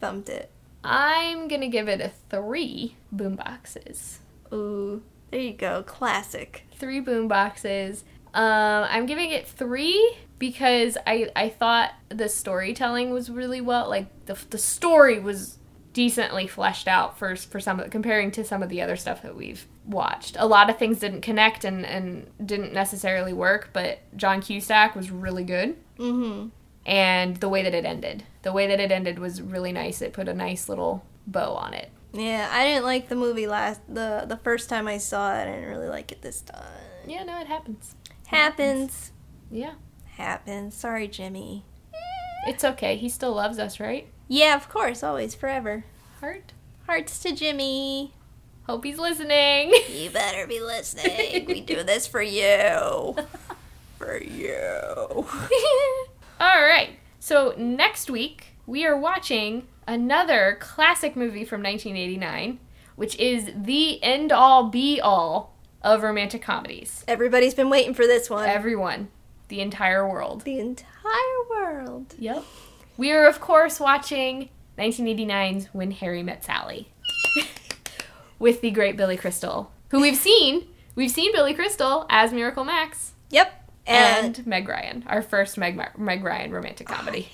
[SPEAKER 1] bumped it.
[SPEAKER 2] i'm gonna give it a three boom boxes
[SPEAKER 1] Ooh, there you go. Classic.
[SPEAKER 2] three boom boxes. Um, I'm giving it three because I I thought the storytelling was really well. Like the the story was decently fleshed out for for some of, comparing to some of the other stuff that we've watched. A lot of things didn't connect and and didn't necessarily work, but John Cusack was really good.
[SPEAKER 1] Mm-hmm.
[SPEAKER 2] And the way that it ended, the way that it ended was really nice. It put a nice little bow on it.
[SPEAKER 1] Yeah, I didn't like the movie last the the first time I saw it. I didn't really like it this time.
[SPEAKER 2] Yeah, no, it happens.
[SPEAKER 1] Happens.
[SPEAKER 2] Yeah,
[SPEAKER 1] Happens. Sorry, Jimmy.
[SPEAKER 2] it's okay. He still loves us, right?
[SPEAKER 1] Yeah, of course. Always, forever.
[SPEAKER 2] Heart.
[SPEAKER 1] Hearts to Jimmy.
[SPEAKER 2] Hope he's listening.
[SPEAKER 1] You better be listening. we do this for you. For you.
[SPEAKER 2] All right. So next week we are watching another classic movie from 1989, which is the end all be all of romantic comedies.
[SPEAKER 1] Everybody's been waiting for this one.
[SPEAKER 2] Everyone, the entire world.
[SPEAKER 1] the entire world.
[SPEAKER 2] Yep. We are of course watching 1989's When Harry Met Sally with the great Billy Crystal, who we've seen. We've seen Billy Crystal as Miracle Max
[SPEAKER 1] Yep.
[SPEAKER 2] and,
[SPEAKER 1] And,
[SPEAKER 2] Meg Ryan, our first Meg, Mar- Meg Ryan romantic comedy.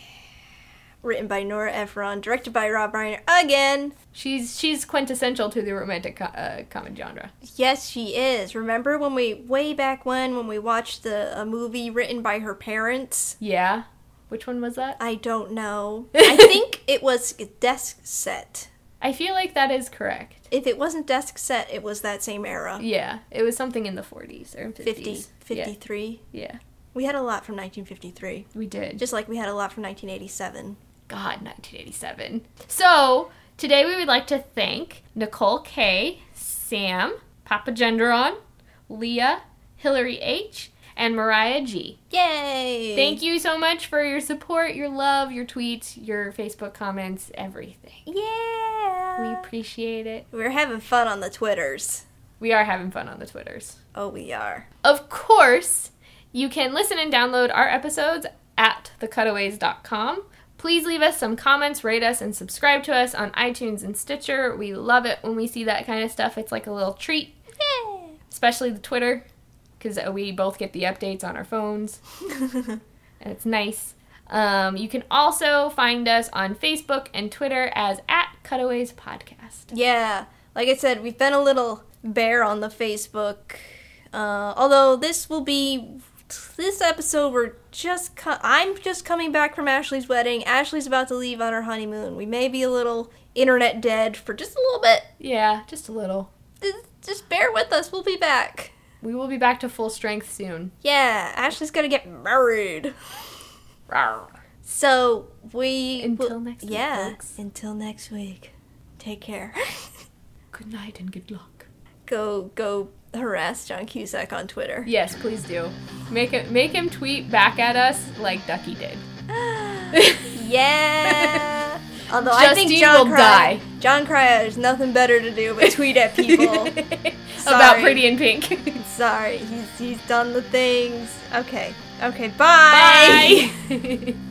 [SPEAKER 1] written by Nora Ephron, directed by Rob Reiner again.
[SPEAKER 2] She's she's quintessential to the romantic co- uh, comedy genre.
[SPEAKER 1] Yes, she is. Remember when we way back when when we watched the a movie written by her parents?
[SPEAKER 2] Yeah. Which one was that?
[SPEAKER 1] I don't know. I think it was Desk Set.
[SPEAKER 2] I feel like that is correct.
[SPEAKER 1] If it wasn't Desk Set, it was that same era.
[SPEAKER 2] Yeah, it was something in the 40s or 50s.
[SPEAKER 1] 50,
[SPEAKER 2] Yeah,
[SPEAKER 1] 53.
[SPEAKER 2] yeah,
[SPEAKER 1] We had a lot from 1953.
[SPEAKER 2] we did. Just
[SPEAKER 1] just like we had a lot from 1987.
[SPEAKER 2] God, 1987. So today we would like to thank Nicole K, Sam, Papa Gendron, Leah, Hillary H, and Mariah G.
[SPEAKER 1] Yay!
[SPEAKER 2] Thank you so much for your support, your love, your tweets, your Facebook comments, everything.
[SPEAKER 1] Yeah!
[SPEAKER 2] We appreciate it.
[SPEAKER 1] We're having fun on the Twitters.
[SPEAKER 2] We are having fun on the Twitters.
[SPEAKER 1] Oh, we are.
[SPEAKER 2] Of course, you can listen and download our episodes at thecutaways.com. Please leave us some comments, rate us, and subscribe to us on iTunes and Stitcher. We love it when we see that kind of stuff. It's like a little treat, especially the Twitter, because we both get the updates on our phones, and it's nice. Um, you can also find us on Facebook and Twitter as at Cutaways Podcast.
[SPEAKER 1] yeah, like I said, we've been a little bare on the Facebook. Uh, although this will be this episode, we're just co- I'm just coming back from Ashley's wedding. Ashley's about to leave on her honeymoon. We may be a little internet dead for just a little bit.
[SPEAKER 2] Yeah, just a little.
[SPEAKER 1] Just- Just bear with us. We'll be back.
[SPEAKER 2] We will be back to full strength soon.
[SPEAKER 1] Yeah, Ashley's gonna get married. So we
[SPEAKER 2] Until
[SPEAKER 1] will-
[SPEAKER 2] next week,
[SPEAKER 1] Yeah,
[SPEAKER 2] folks.
[SPEAKER 1] until next week. Take care.
[SPEAKER 2] Good night and good luck.
[SPEAKER 1] go go harass John Cusack on Twitter.
[SPEAKER 2] Yes, please do. Make it make him tweet back at us like Ducky did.
[SPEAKER 1] yeah. Although I think
[SPEAKER 2] Justine
[SPEAKER 1] John
[SPEAKER 2] will
[SPEAKER 1] Cryo,
[SPEAKER 2] die.
[SPEAKER 1] John Cryo has nothing better to do but tweet at people.
[SPEAKER 2] about
[SPEAKER 1] Sorry.
[SPEAKER 2] pretty in pink.
[SPEAKER 1] Sorry, he's he's done the things. Okay, okay,
[SPEAKER 2] Bye.